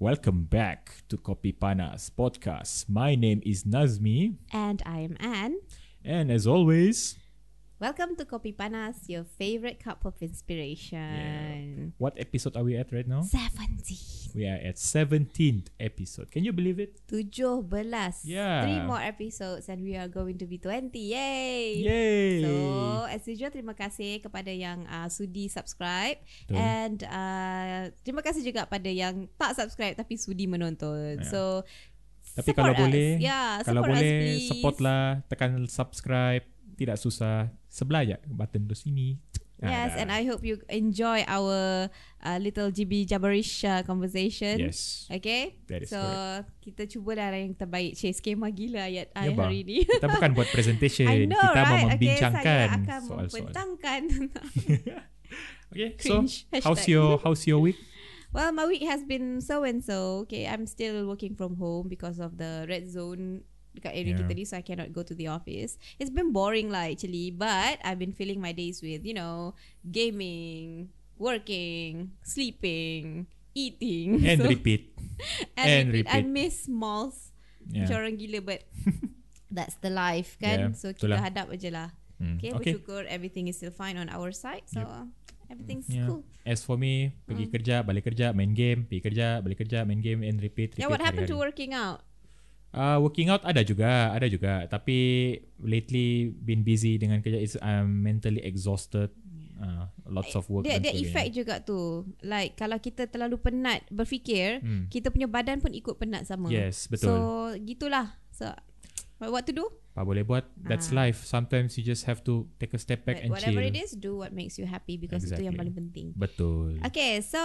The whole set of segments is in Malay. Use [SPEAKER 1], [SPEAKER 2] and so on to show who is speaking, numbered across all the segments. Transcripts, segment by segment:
[SPEAKER 1] Welcome back to Kopi Panas podcast. My name is Nazmi,
[SPEAKER 2] And I'm Anne.
[SPEAKER 1] and as always,
[SPEAKER 2] Welcome to Kopi Panas, your favorite cup of inspiration.
[SPEAKER 1] what episode are we at right now?
[SPEAKER 2] 17.
[SPEAKER 1] We are at 17th episode. Can you believe it?
[SPEAKER 2] 17.
[SPEAKER 1] Yeah.
[SPEAKER 2] Three more episodes and we are going to be 20. Yay!
[SPEAKER 1] Yay!
[SPEAKER 2] So, as usual, terima kasih kepada yang uh, sudi subscribe
[SPEAKER 1] Betul.
[SPEAKER 2] and uh, terima kasih juga pada yang tak subscribe tapi sudi
[SPEAKER 1] Ya.
[SPEAKER 2] menonton. So,
[SPEAKER 1] Tapi
[SPEAKER 2] support
[SPEAKER 1] kalau
[SPEAKER 2] us.
[SPEAKER 1] boleh,
[SPEAKER 2] yeah,
[SPEAKER 1] kalau
[SPEAKER 2] support us,
[SPEAKER 1] boleh
[SPEAKER 2] please.
[SPEAKER 1] support lah, tekan subscribe, tidak susah. Sebelah aja button tu sini. Ah,
[SPEAKER 2] Yes, and I hope you enjoy our uh, little GB jabberish uh, conversation.
[SPEAKER 1] Yes.
[SPEAKER 2] Okay?
[SPEAKER 1] That is
[SPEAKER 2] so, kita cubalah lah yang terbaik. Cik, skema gila ayat
[SPEAKER 1] Ya,
[SPEAKER 2] I
[SPEAKER 1] bah.
[SPEAKER 2] hari ni.
[SPEAKER 1] Kita bukan buat presentation,
[SPEAKER 2] I know,
[SPEAKER 1] kita
[SPEAKER 2] right?
[SPEAKER 1] mau
[SPEAKER 2] okay,
[SPEAKER 1] membincangkan
[SPEAKER 2] saya akan
[SPEAKER 1] soal-soal.
[SPEAKER 2] membentangkan.
[SPEAKER 1] Okay, so
[SPEAKER 2] Cringe. Hashtag.
[SPEAKER 1] how's your how's your week?
[SPEAKER 2] Well, my week has been so and so. Okay, I'm still working from home because of the red zone dekat area
[SPEAKER 1] Yeah.
[SPEAKER 2] kita ni, so I cannot go to the office. It's been boring lah actually, but I've been filling my days with you know gaming, working, sleeping, eating,
[SPEAKER 1] And
[SPEAKER 2] so,
[SPEAKER 1] repeat.
[SPEAKER 2] and,
[SPEAKER 1] and
[SPEAKER 2] repeat. I
[SPEAKER 1] repeat.
[SPEAKER 2] miss malls. Yeah. Macam
[SPEAKER 1] Yeah.
[SPEAKER 2] orang gila but that's the life
[SPEAKER 1] Yeah,
[SPEAKER 2] kan. Yeah, so kita
[SPEAKER 1] itulah.
[SPEAKER 2] hadap je lah.
[SPEAKER 1] Hmm,
[SPEAKER 2] Okay, okay, bersyukur everything is still fine on our side. So everything's
[SPEAKER 1] Yeah. Ya.
[SPEAKER 2] cool. Hmm.
[SPEAKER 1] As for me, pergi kerja, balik kerja, main game, pergi kerja, balik kerja, main game and repeat. repeat
[SPEAKER 2] Yeah, what happened to
[SPEAKER 1] hari-hari.
[SPEAKER 2] working out?
[SPEAKER 1] Uh, working out ada juga, ada juga. Tapi lately been busy dengan kerja. It's I'm mentally exhausted. Uh, lots of work.
[SPEAKER 2] Dia
[SPEAKER 1] dan
[SPEAKER 2] ada
[SPEAKER 1] sebagainya.
[SPEAKER 2] effect juga tu. Like kalau kita terlalu penat berfikir,
[SPEAKER 1] Hmm.
[SPEAKER 2] kita punya badan pun ikut penat sama.
[SPEAKER 1] Yes,
[SPEAKER 2] So
[SPEAKER 1] betul.
[SPEAKER 2] gitulah. So but what to do?
[SPEAKER 1] Apa boleh buat? That's
[SPEAKER 2] Ah.
[SPEAKER 1] life. Sometimes you just have to take a step back
[SPEAKER 2] But
[SPEAKER 1] and chill.
[SPEAKER 2] whatever it is, do what makes you happy because itu yang
[SPEAKER 1] Exactly.
[SPEAKER 2] paling penting.
[SPEAKER 1] Betul.
[SPEAKER 2] Okay, so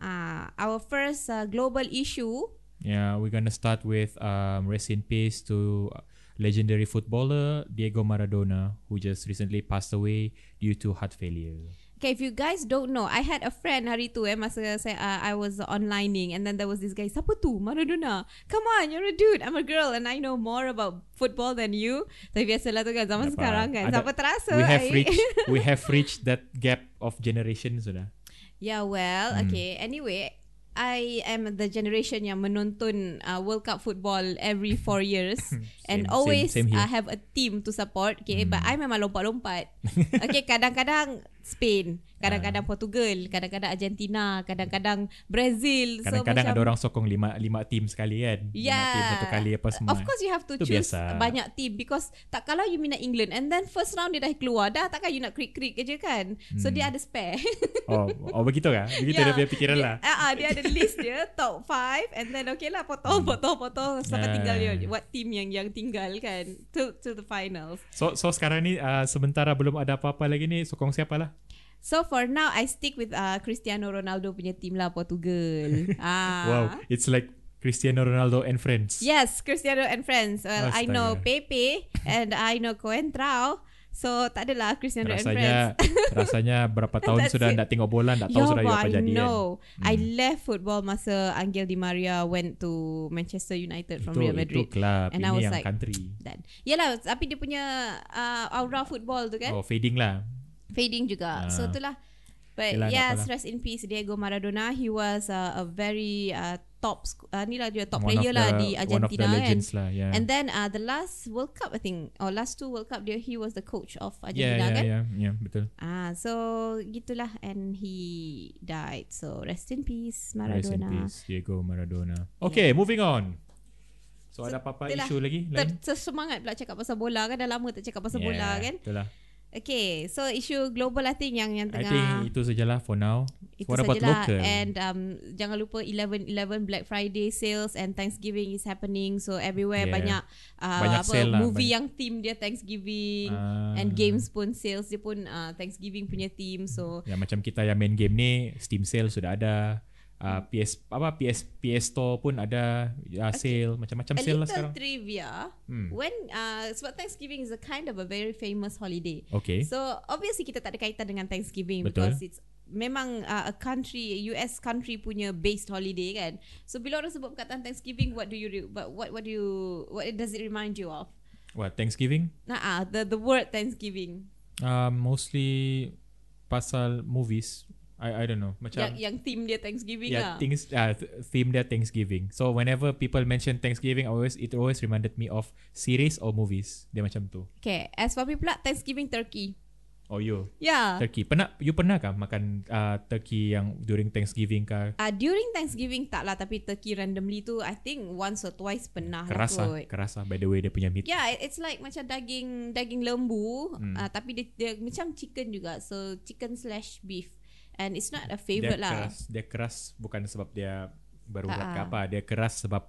[SPEAKER 2] uh, our first uh, global issue.
[SPEAKER 1] Yeah, we're gonna start with um, rest in peace to uh, legendary footballer Diego Maradona, who just recently passed away due to heart failure.
[SPEAKER 2] Okay, if you guys don't know, I had a friend hari tu eh masa saya uh, I was onlining and then there was this guy, siapa tu? Maradona. Come on, you're a dude. I'm a girl and I know more about football than you. Tapi biasalah tu kan zaman
[SPEAKER 1] Dapat.
[SPEAKER 2] sekarang kan.
[SPEAKER 1] Ada-
[SPEAKER 2] Siapa terasa? eh?
[SPEAKER 1] we have
[SPEAKER 2] I-
[SPEAKER 1] reached we have reached that gap of generation sudah.
[SPEAKER 2] Yeah, well,
[SPEAKER 1] Hmm.
[SPEAKER 2] okay. Anyway, I am the generation yang menonton uh, World Cup football every four years
[SPEAKER 1] Same-
[SPEAKER 2] and
[SPEAKER 1] same-
[SPEAKER 2] always
[SPEAKER 1] same here. Hmm.
[SPEAKER 2] uh, have a team to support. Okay, but I memang lompat-lompat. okay, kadang-kadang Spain,
[SPEAKER 1] Ah.
[SPEAKER 2] kadang-kadang Portugal, kadang-kadang Argentina, kadang-kadang Brazil.
[SPEAKER 1] Kadang-kadang
[SPEAKER 2] so,
[SPEAKER 1] ada
[SPEAKER 2] macam,
[SPEAKER 1] orang sokong lima lima team sekali kan. Lima
[SPEAKER 2] Yeah.
[SPEAKER 1] team satu kali apa semua.
[SPEAKER 2] Of course you have to
[SPEAKER 1] Itu
[SPEAKER 2] choose
[SPEAKER 1] biasa.
[SPEAKER 2] banyak team because tak kalau you minat England and then first round dia dah keluar dah takkan you nak krik-krik je kan. So
[SPEAKER 1] Hmm.
[SPEAKER 2] dia ada spare.
[SPEAKER 1] Oh, oh begitu kah? Begitu
[SPEAKER 2] Ya.
[SPEAKER 1] dia punya pikiran lah.
[SPEAKER 2] Ah, ah, dia ada list dia top 5 and then okay lah
[SPEAKER 1] Hmm.
[SPEAKER 2] potong potong potong sampai
[SPEAKER 1] Ah.
[SPEAKER 2] tinggal dia what team yang yang tinggal kan to to the finals.
[SPEAKER 1] So so sekarang ni uh, sementara belum ada apa-apa lagi ni sokong siapa lah?
[SPEAKER 2] So for now I stick with uh, Cristiano Ronaldo punya team lah Portugal. ah.
[SPEAKER 1] Wow, it's like Cristiano Ronaldo and friends.
[SPEAKER 2] Yes, Cristiano and friends. Well, I know
[SPEAKER 1] Astaga.
[SPEAKER 2] Pepe and I know Coentrao. So tak adalah Cristiano and
[SPEAKER 1] rasanya
[SPEAKER 2] friends.
[SPEAKER 1] rasanya berapa tahun
[SPEAKER 2] That's
[SPEAKER 1] sudah
[SPEAKER 2] it.
[SPEAKER 1] tidak tengok bola tidak tahu
[SPEAKER 2] Yeah,
[SPEAKER 1] sudah
[SPEAKER 2] but
[SPEAKER 1] apa
[SPEAKER 2] I
[SPEAKER 1] jadi kan
[SPEAKER 2] know. I left football masa Angel Di Maria went to Manchester United from
[SPEAKER 1] itu
[SPEAKER 2] Real
[SPEAKER 1] itu
[SPEAKER 2] Madrid.
[SPEAKER 1] club
[SPEAKER 2] And I
[SPEAKER 1] ini
[SPEAKER 2] was
[SPEAKER 1] yang
[SPEAKER 2] like,
[SPEAKER 1] country
[SPEAKER 2] Dan. Yelah tapi dia punya uh, aura football tu kan
[SPEAKER 1] oh fading lah
[SPEAKER 2] fading juga.
[SPEAKER 1] Ah.
[SPEAKER 2] So itulah. But
[SPEAKER 1] Yelah, nak
[SPEAKER 2] yes,
[SPEAKER 1] apalah.
[SPEAKER 2] rest in peace Diego Maradona. He was uh, a very uh, top sc- uh, ni lah dia top
[SPEAKER 1] one of
[SPEAKER 2] player
[SPEAKER 1] the,
[SPEAKER 2] lah
[SPEAKER 1] one of
[SPEAKER 2] di
[SPEAKER 1] the
[SPEAKER 2] Argentina kan.
[SPEAKER 1] legends lah yeah.
[SPEAKER 2] And then uh, the last World Cup I think or last two World Cup dia he was the coach of
[SPEAKER 1] yeah,
[SPEAKER 2] Argentina
[SPEAKER 1] yeah,
[SPEAKER 2] kan.
[SPEAKER 1] yeah, yeah, betul
[SPEAKER 2] Ah so gitulah and he died. So rest in peace
[SPEAKER 1] Rest in
[SPEAKER 2] Maradona.
[SPEAKER 1] peace Diego Maradona okay moving on so, ada apa-apa
[SPEAKER 2] itulah.
[SPEAKER 1] isu lagi lain
[SPEAKER 2] Ter- tersemangat pula cakap pasal bola kan dah lama tak cakap pasal
[SPEAKER 1] Yeah,
[SPEAKER 2] bola kan.
[SPEAKER 1] itulah.
[SPEAKER 2] Okay, so isu global I think yang yang
[SPEAKER 1] I
[SPEAKER 2] tengah
[SPEAKER 1] think itu sajalah for now
[SPEAKER 2] Itu
[SPEAKER 1] what about
[SPEAKER 2] sajalah.
[SPEAKER 1] local
[SPEAKER 2] And um, jangan lupa 11-11 Black Friday sales and Thanksgiving is happening. So everywhere
[SPEAKER 1] Yeah.
[SPEAKER 2] banyak, uh,
[SPEAKER 1] Banyak
[SPEAKER 2] apa,
[SPEAKER 1] sale lah,
[SPEAKER 2] movie
[SPEAKER 1] banyak.
[SPEAKER 2] yang theme dia Thanksgiving.
[SPEAKER 1] Ah.
[SPEAKER 2] And games pun sales dia pun uh, Thanksgiving punya theme. So
[SPEAKER 1] Ya macam kita yang main game ni Steam sale sudah ada. Uh,
[SPEAKER 2] Hmm.
[SPEAKER 1] PS apa PS PS Store pun ada uh, sale macam-macam
[SPEAKER 2] a
[SPEAKER 1] sale
[SPEAKER 2] little
[SPEAKER 1] lah sekarang.
[SPEAKER 2] trivia.
[SPEAKER 1] Hmm.
[SPEAKER 2] When uh, sebab Thanksgiving is a kind of a very famous holiday.
[SPEAKER 1] Okay.
[SPEAKER 2] So obviously kita tak ada kaitan dengan Thanksgiving
[SPEAKER 1] Betul.
[SPEAKER 2] because it's memang uh, a country US country punya based holiday kan. So bila orang sebut perkataan Thanksgiving what do you re- but what what do you what does it remind you of?
[SPEAKER 1] What Thanksgiving?
[SPEAKER 2] Nah, ah, the the word Thanksgiving.
[SPEAKER 1] Uh, mostly pasal movies. I I don't know. Macam
[SPEAKER 2] yang, yang theme dia Thanksgiving
[SPEAKER 1] yeah,
[SPEAKER 2] lah.
[SPEAKER 1] things uh, th- theme dia Thanksgiving. So whenever people mention Thanksgiving, I always it always reminded me of series or movies. Dia macam tu.
[SPEAKER 2] okay, as for me pula Thanksgiving turkey. Ya.
[SPEAKER 1] Oh you
[SPEAKER 2] Yeah.
[SPEAKER 1] turkey. Pernah you pernah kah makan uh, turkey yang during Thanksgiving kah?
[SPEAKER 2] Uh, during Thanksgiving tak lah tapi turkey randomly tu I think once or twice pernah
[SPEAKER 1] Kerasa,
[SPEAKER 2] lah kot.
[SPEAKER 1] kerasa ah, by the way dia punya meat.
[SPEAKER 2] Yeah, Ya, it- it's like macam daging daging lembu hmm. uh, tapi dia, dia macam chicken juga. So chicken slash beef. And it's not
[SPEAKER 1] dia Ah,
[SPEAKER 2] a favourite lah.
[SPEAKER 1] keras, dia keras bukan sebab dia berurat ke
[SPEAKER 2] Ah.
[SPEAKER 1] apa, dia keras sebab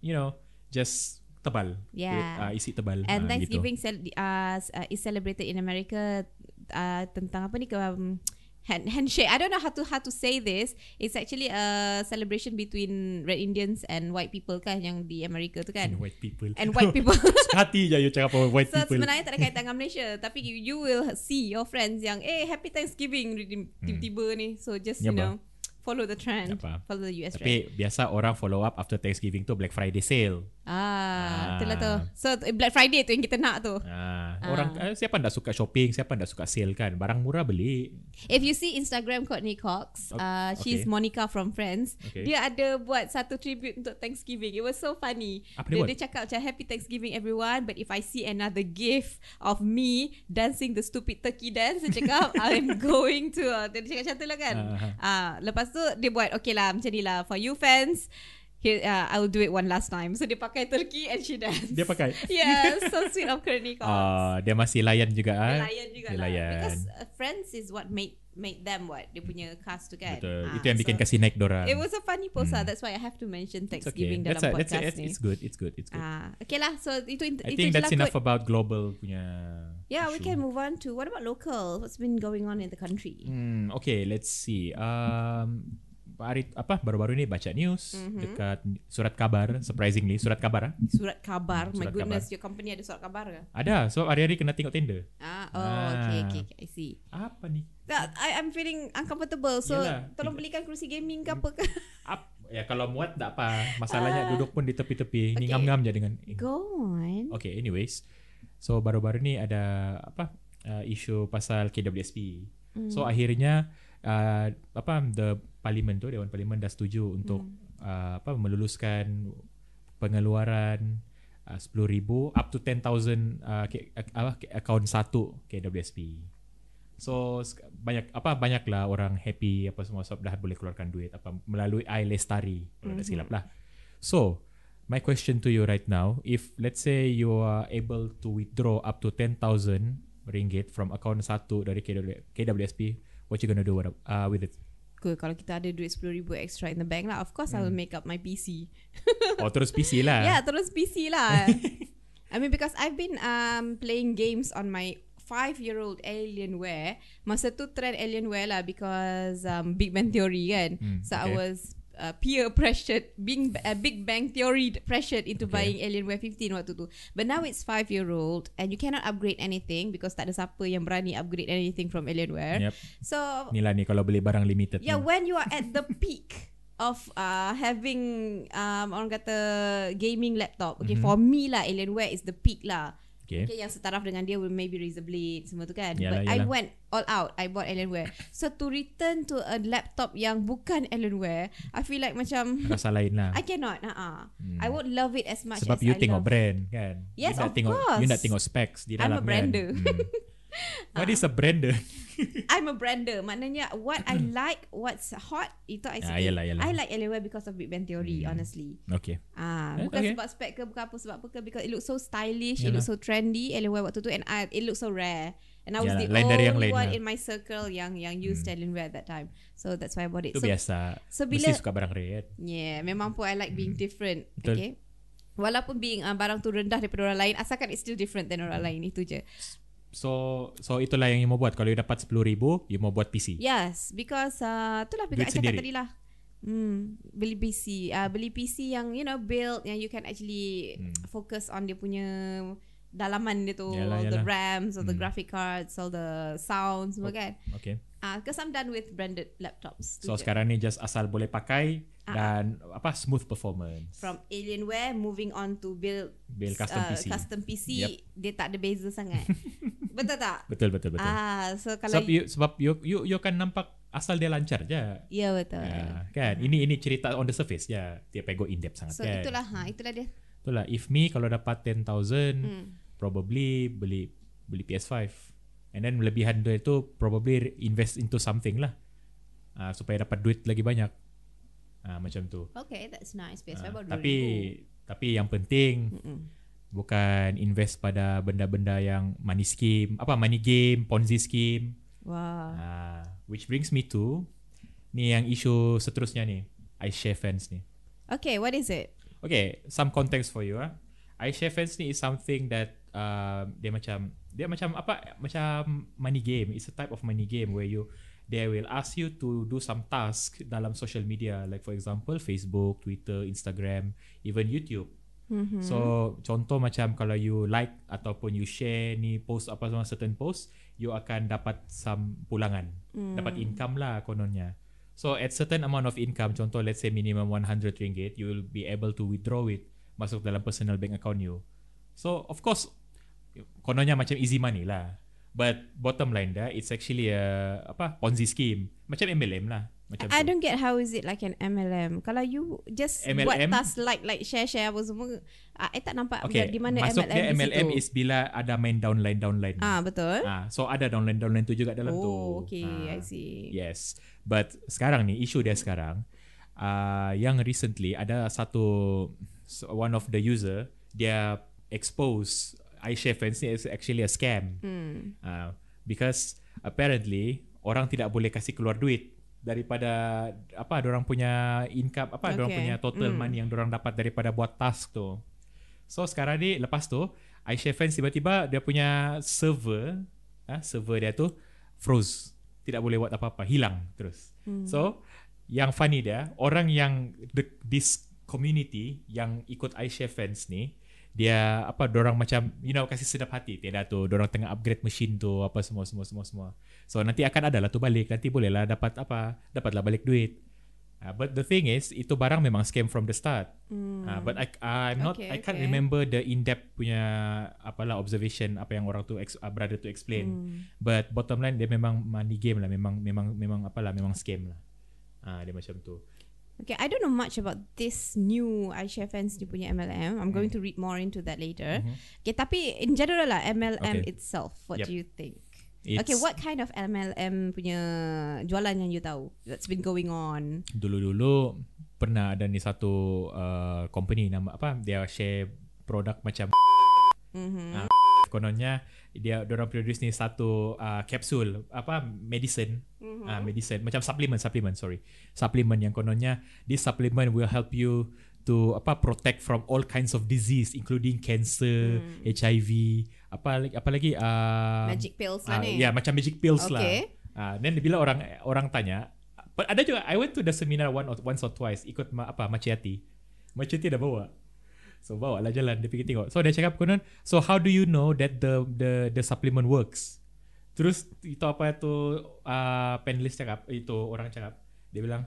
[SPEAKER 1] you know, just tebal.
[SPEAKER 2] Yeah.
[SPEAKER 1] Kulit, uh, isi tebal. Ah,
[SPEAKER 2] And Thanksgiving cel- uh, s- uh, is celebrated in America uh, tentang apa ni ke um, hand- handshake. I don't know how to how to say this. It's actually a celebration between red Indians and white people kan yang di Amerika tu
[SPEAKER 1] Gitu. And
[SPEAKER 2] kan.
[SPEAKER 1] white people.
[SPEAKER 2] And white people.
[SPEAKER 1] Hati je you cakap about white
[SPEAKER 2] so
[SPEAKER 1] people.
[SPEAKER 2] sebenarnya tak ada kaitan dengan Malaysia tapi you, you will see your friends yang eh happy Thanksgiving
[SPEAKER 1] Hmm.
[SPEAKER 2] tiba-tiba ni. So just you
[SPEAKER 1] Yaba.
[SPEAKER 2] know follow the trend.
[SPEAKER 1] Yaba.
[SPEAKER 2] Follow the US
[SPEAKER 1] Ya,
[SPEAKER 2] trend.
[SPEAKER 1] Tapi biasa orang follow up after Thanksgiving tu Black Friday sale.
[SPEAKER 2] Ah, itulah tu.
[SPEAKER 1] Ah.
[SPEAKER 2] So Black Friday tu yang kita nak tu.
[SPEAKER 1] Ah,
[SPEAKER 2] Ah.
[SPEAKER 1] orang eh, siapa ndak suka shopping, siapa ndak suka sale kan? Barang murah beli.
[SPEAKER 2] If you see Instagram Courtney Cox,
[SPEAKER 1] Ok-
[SPEAKER 2] uh,
[SPEAKER 1] okay.
[SPEAKER 2] she's Monica from Friends.
[SPEAKER 1] Okay.
[SPEAKER 2] Dia ada buat satu tribute untuk Thanksgiving. It was so funny.
[SPEAKER 1] Apa dia
[SPEAKER 2] dia,
[SPEAKER 1] buat?
[SPEAKER 2] dia cakap macam Happy Thanksgiving everyone, but if I see another gif of me dancing the stupid turkey dance, dia cakap I'm going to. Uh, dia cakap macam tu lah kan.
[SPEAKER 1] Ah, ah,
[SPEAKER 2] Uh, lepas tu dia buat okay lah macam ni lah for you fans. Here, uh, I will do it one last time. So dia pakai turkey and she dance.
[SPEAKER 1] Dia pakai.
[SPEAKER 2] Yeah, so sweet of Courtney Cox.
[SPEAKER 1] Ah, dia masih layan juga ah.
[SPEAKER 2] Dia layan juga
[SPEAKER 1] Dia
[SPEAKER 2] lah.
[SPEAKER 1] layan.
[SPEAKER 2] Because uh, Friends is what made made them what dia punya cast tu kan.
[SPEAKER 1] Betul.
[SPEAKER 2] Ah,
[SPEAKER 1] Itu yang bikin
[SPEAKER 2] so
[SPEAKER 1] kasih naik dorang.
[SPEAKER 2] It was a funny post lah. That's why I have to mention
[SPEAKER 1] Ah. Hmm. It's okay.
[SPEAKER 2] Thanksgiving
[SPEAKER 1] That's a,
[SPEAKER 2] dalam
[SPEAKER 1] that's a,
[SPEAKER 2] podcast
[SPEAKER 1] it's,
[SPEAKER 2] ni.
[SPEAKER 1] it's good. It's good. It's good.
[SPEAKER 2] Ah, okay lah. So itu itu
[SPEAKER 1] I
[SPEAKER 2] je
[SPEAKER 1] think
[SPEAKER 2] lah
[SPEAKER 1] that's enough
[SPEAKER 2] kot.
[SPEAKER 1] about global punya.
[SPEAKER 2] Yeah, we
[SPEAKER 1] issue.
[SPEAKER 2] can move on to what about local? What's been going on in the country?
[SPEAKER 1] Hmm, okay, let's see. Um, hari apa baru-baru ini baca news
[SPEAKER 2] Mhm.
[SPEAKER 1] dekat surat kabar surprisingly surat kabar ah.
[SPEAKER 2] Surat kabar.
[SPEAKER 1] Hmm,
[SPEAKER 2] My
[SPEAKER 1] surat
[SPEAKER 2] goodness, your company ada surat kabar ke?
[SPEAKER 1] ada sebab hari-hari kena tengok tender
[SPEAKER 2] Ah, oh, okay,
[SPEAKER 1] Ah.
[SPEAKER 2] okay, okay, I see.
[SPEAKER 1] apa ni
[SPEAKER 2] Tak, I, I'm feeling uncomfortable. So,
[SPEAKER 1] Yelah.
[SPEAKER 2] tolong belikan kerusi gaming
[SPEAKER 1] Hmm.
[SPEAKER 2] ke apa ke?
[SPEAKER 1] Up. Ya kalau muat tak apa. Masalahnya
[SPEAKER 2] Ah.
[SPEAKER 1] duduk pun di tepi-tepi. Ni
[SPEAKER 2] Okay.
[SPEAKER 1] ngam-ngam je dengan.
[SPEAKER 2] Go on.
[SPEAKER 1] Okay, anyways. So baru-baru ni ada apa uh, isu pasal KWSP.
[SPEAKER 2] Mm.
[SPEAKER 1] So akhirnya uh, apa the parlimen tu dewan parlimen dah setuju untuk uh, apa meluluskan pengeluaran uh, 10,000 up to 10,000 uh, K- ak- apa K- akaun satu KWSP. So sek- banyak apa banyaklah orang happy apa semua sebab dah boleh keluarkan duit apa melalui iLestari kalau mm-hmm. tak silap lah. So my question to you right now if let's say you are able to withdraw up to 10,000 ringgit from account satu dari KW, KWSP what you gonna do what, uh, with it?
[SPEAKER 2] Good, kalau kita ada duit RM10,000 extra in the bank lah, of course I
[SPEAKER 1] Hmm.
[SPEAKER 2] will make up my PC.
[SPEAKER 1] Oh terus PC lah.
[SPEAKER 2] Yeah, terus PC lah. I mean because I've been um playing games on my five-year-old Alienware. Masa tu trend Alienware lah because um, Big Bang Theory kan.
[SPEAKER 1] Hmm,
[SPEAKER 2] so I
[SPEAKER 1] okay.
[SPEAKER 2] was uh, peer pressured, being uh, Big Bang Theory pressured into
[SPEAKER 1] Okay.
[SPEAKER 2] buying Alienware 15 waktu tu. But now it's five-year-old and you cannot upgrade anything because tak ada siapa yang berani upgrade anything from Alienware.
[SPEAKER 1] Yep.
[SPEAKER 2] So
[SPEAKER 1] Ni lah ni kalau beli barang limited.
[SPEAKER 2] Yeah,
[SPEAKER 1] ni.
[SPEAKER 2] when you are at the peak of uh, having um, orang kata gaming laptop. Okay,
[SPEAKER 1] Mhm.
[SPEAKER 2] for me lah, Alienware is the peak lah.
[SPEAKER 1] Okay.
[SPEAKER 2] Okay, yang setaraf dengan dia will maybe Razer Blade semua tu kan.
[SPEAKER 1] Yalah,
[SPEAKER 2] But I
[SPEAKER 1] yalah.
[SPEAKER 2] went all out. I bought Alienware. so to return to a laptop yang bukan Alienware, I feel like macam
[SPEAKER 1] Rasa lain lah.
[SPEAKER 2] I cannot. Uh-uh.
[SPEAKER 1] Hmm.
[SPEAKER 2] I won't love it as much
[SPEAKER 1] Sebab
[SPEAKER 2] as
[SPEAKER 1] you
[SPEAKER 2] I
[SPEAKER 1] tengok
[SPEAKER 2] love.
[SPEAKER 1] brand kan. you
[SPEAKER 2] Yes,
[SPEAKER 1] nak
[SPEAKER 2] of
[SPEAKER 1] tengok, You
[SPEAKER 2] course.
[SPEAKER 1] nak tengok specs di
[SPEAKER 2] I'm
[SPEAKER 1] dalam kan.
[SPEAKER 2] a brander. Ah.
[SPEAKER 1] Hmm. What is a brander?
[SPEAKER 2] I'm a brander. Maknanya what I like, what's hot, itu I
[SPEAKER 1] Hmm. Ah,
[SPEAKER 2] suka.
[SPEAKER 1] yalah, yalah.
[SPEAKER 2] I like Alienware because of Big Bang Theory,
[SPEAKER 1] Hmm.
[SPEAKER 2] honestly.
[SPEAKER 1] Okay.
[SPEAKER 2] Ah,
[SPEAKER 1] Eh,
[SPEAKER 2] bukan
[SPEAKER 1] okay.
[SPEAKER 2] sebab spek ke bukan apa sebab apa ke because it looks so stylish, it
[SPEAKER 1] Yalah.
[SPEAKER 2] looks so trendy Alienware waktu tu and I, it looks so rare. And I was
[SPEAKER 1] Yalah,
[SPEAKER 2] the
[SPEAKER 1] lain dari
[SPEAKER 2] only
[SPEAKER 1] yang lain
[SPEAKER 2] one
[SPEAKER 1] lah.
[SPEAKER 2] in my circle yang yang used Alienware at that time. So that's why I bought it.
[SPEAKER 1] Itu
[SPEAKER 2] so
[SPEAKER 1] biasa.
[SPEAKER 2] so
[SPEAKER 1] Mesti
[SPEAKER 2] bila-
[SPEAKER 1] suka barang red.
[SPEAKER 2] yeah, memang pun I like being different.
[SPEAKER 1] Hmm. Betul.
[SPEAKER 2] Okay. Walaupun being uh, barang tu rendah daripada orang lain asalkan it's still different than
[SPEAKER 1] Hmm.
[SPEAKER 2] orang lain itu je.
[SPEAKER 1] So so itulah yang you mau buat. Kalau you dapat 10,000, you mau buat PC.
[SPEAKER 2] Yes, because uh, itulah
[SPEAKER 1] Duit
[SPEAKER 2] because I cakap
[SPEAKER 1] sendiri.
[SPEAKER 2] tadi lah. Hmm, beli PC, uh, beli PC yang you know build yang you can actually
[SPEAKER 1] Hmm.
[SPEAKER 2] focus on dia punya dalaman dia tu,
[SPEAKER 1] Yalah,
[SPEAKER 2] all the
[SPEAKER 1] yalah.
[SPEAKER 2] RAMs, all the
[SPEAKER 1] Hmm.
[SPEAKER 2] graphic cards, all the sounds, semua kan.
[SPEAKER 1] Okay.
[SPEAKER 2] Ah, because I'm done with branded laptops. tu
[SPEAKER 1] So
[SPEAKER 2] je.
[SPEAKER 1] sekarang ni just asal boleh pakai
[SPEAKER 2] Ah,
[SPEAKER 1] dan apa smooth performance.
[SPEAKER 2] from Alienware moving on to build
[SPEAKER 1] build custom
[SPEAKER 2] uh,
[SPEAKER 1] PC.
[SPEAKER 2] custom PC
[SPEAKER 1] Yep.
[SPEAKER 2] dia tak ada beza sangat. Betul tak?
[SPEAKER 1] Betul betul betul.
[SPEAKER 2] Ah, so kalau
[SPEAKER 1] sebab you, sebab you you you akan nampak asal dia lancar je.
[SPEAKER 2] Ya betul. Ah.
[SPEAKER 1] Ya, kan ini ini cerita on the surface ya dia pego in depth sangat
[SPEAKER 2] So
[SPEAKER 1] kan
[SPEAKER 2] itulah ha, itulah dia.
[SPEAKER 1] itulah if me kalau dapat 10,000
[SPEAKER 2] Hmm.
[SPEAKER 1] probably beli beli PS5 and then lebihan dia tu probably invest into something lah Ah, supaya dapat duit lagi banyak Ah, macam tu
[SPEAKER 2] Okay, that's nice. PS5
[SPEAKER 1] Ah,
[SPEAKER 2] baru
[SPEAKER 1] tapi tapi yang penting
[SPEAKER 2] 2000. Mm-mm.
[SPEAKER 1] bukan invest pada benda-benda yang money scheme apa money game ponzi scheme
[SPEAKER 2] Wah.
[SPEAKER 1] Ah, which brings me to ni yang isu seterusnya ni iShare fans ni
[SPEAKER 2] Okay, what is it?
[SPEAKER 1] Okay, some context for you ah. iShare fans ni is something that uh, dia macam dia macam apa macam money game. It's a type of money game where you they will ask you to do some task dalam social media like for example Facebook, Twitter, Instagram, even YouTube.
[SPEAKER 2] Mm-hmm.
[SPEAKER 1] So contoh macam kalau you like ataupun you share ni post apa semua certain post, you akan dapat some pulangan. Mm.
[SPEAKER 2] Hmm.
[SPEAKER 1] Dapat income lah kononnya. So at certain amount of income, contoh let's say minimum 100 ringgit, you will be able to withdraw it masuk dalam personal bank account you. So of course kononnya macam easy money lah. But bottom line dah it's actually a apa Ponzi scheme. Macam MLM lah. Macam
[SPEAKER 2] I
[SPEAKER 1] tu.
[SPEAKER 2] don't get how is it like an MLM. Kalau you just buat
[SPEAKER 1] MLM?
[SPEAKER 2] task like like share share apa semua, ah, I, I tak nampak
[SPEAKER 1] Okay,
[SPEAKER 2] di mana
[SPEAKER 1] masuk
[SPEAKER 2] MLM
[SPEAKER 1] dia MLM
[SPEAKER 2] di situ.
[SPEAKER 1] is bila ada main downline downline.
[SPEAKER 2] ah betul.
[SPEAKER 1] Ah, so ada downline downline tu juga dalam tu.
[SPEAKER 2] oh, okay,
[SPEAKER 1] Ah,
[SPEAKER 2] I see.
[SPEAKER 1] Yes. But sekarang ni isu dia sekarang uh, yang recently ada satu so one of the user dia expose iShare fans ni is actually a scam.
[SPEAKER 2] Hmm.
[SPEAKER 1] Uh, because apparently orang tidak boleh kasih keluar duit daripada apa orang punya income apa orang
[SPEAKER 2] Okay.
[SPEAKER 1] punya total
[SPEAKER 2] Mm.
[SPEAKER 1] money yang orang dapat daripada buat task tu. So sekarang ni lepas tu iShare fans tiba-tiba dia punya server ah server dia tu froze. Tidak boleh buat apa-apa, hilang terus.
[SPEAKER 2] Hmm.
[SPEAKER 1] So yang funny dia orang yang the, this community yang ikut iShare fans ni dia apa dorang macam you know kasih sedap hati tiada tu dorang tengah upgrade mesin tu apa semua semua semua semua so nanti akan ada lah tu balik nanti boleh lah dapat apa dapatlah balik duit Ah, but the thing is itu barang memang scam from the start
[SPEAKER 2] Hmm.
[SPEAKER 1] Ah, but I I'm not
[SPEAKER 2] Okay,
[SPEAKER 1] I can't
[SPEAKER 2] okay.
[SPEAKER 1] remember the in depth punya apalah observation apa yang orang tu ex, ah, brother tu explain
[SPEAKER 2] Hmm.
[SPEAKER 1] But bottom line dia memang money game lah, memang memang memang apalah, memang scam lah. Ah dia macam tu.
[SPEAKER 2] Okay, I don't know much about this new iShare fans ni punya MLM. I'm
[SPEAKER 1] Hmm.
[SPEAKER 2] going to read more into that later.
[SPEAKER 1] Mhm.
[SPEAKER 2] Okay, tapi in general lah MLM
[SPEAKER 1] Okay.
[SPEAKER 2] itself, what
[SPEAKER 1] Yep.
[SPEAKER 2] do you think?
[SPEAKER 1] It's
[SPEAKER 2] okay, what kind of MLM punya jualan yang you tahu that's been going on?
[SPEAKER 1] dulu-dulu pernah ada ni satu uh, company nama apa dia share produk macam
[SPEAKER 2] Mm-hmm.
[SPEAKER 1] Ah. kononnya dia orang produce ni satu uh, kapsul apa medicine
[SPEAKER 2] Mhm.
[SPEAKER 1] ah medicine macam supplement supplement sorry supplement yang kononnya this supplement will help you to apa protect from all kinds of disease including cancer
[SPEAKER 2] Hmm.
[SPEAKER 1] HIV apa lagi- apa lagi uh,
[SPEAKER 2] Magic pills lah
[SPEAKER 1] Ah,
[SPEAKER 2] ni.
[SPEAKER 1] ya macam magic pills lah.
[SPEAKER 2] Okay.
[SPEAKER 1] Ah, then bila orang orang tanya, but ada juga I went to the seminar one or, once or twice ikut ma, apa Maciati. Maciati dah bawa. So bawa lah jalan dia pergi tengok. So dia cakap konon, so how do you know that the the the supplement works? Terus itu apa itu uh, panelis cakap, itu orang cakap. Dia bilang,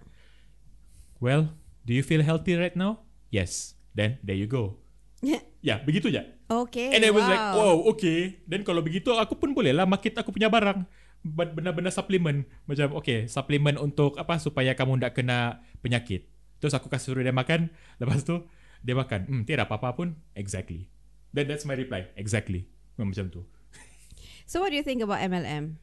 [SPEAKER 1] well, do you feel healthy right now? Yes. Then there you go. Ya, begitu je.
[SPEAKER 2] Okay.
[SPEAKER 1] And I was
[SPEAKER 2] wow.
[SPEAKER 1] like, wow, okay. Then kalau begitu aku pun boleh lah market aku punya barang. But benda-benda suplemen. Macam, okay, suplemen untuk apa supaya kamu tidak kena penyakit. Terus aku kasih suruh dia makan. Lepas tu, dia makan. Hmm, tiada apa-apa pun. Exactly. Then that's my reply. Exactly. Hmm, Macam tu.
[SPEAKER 2] So what do you think about MLM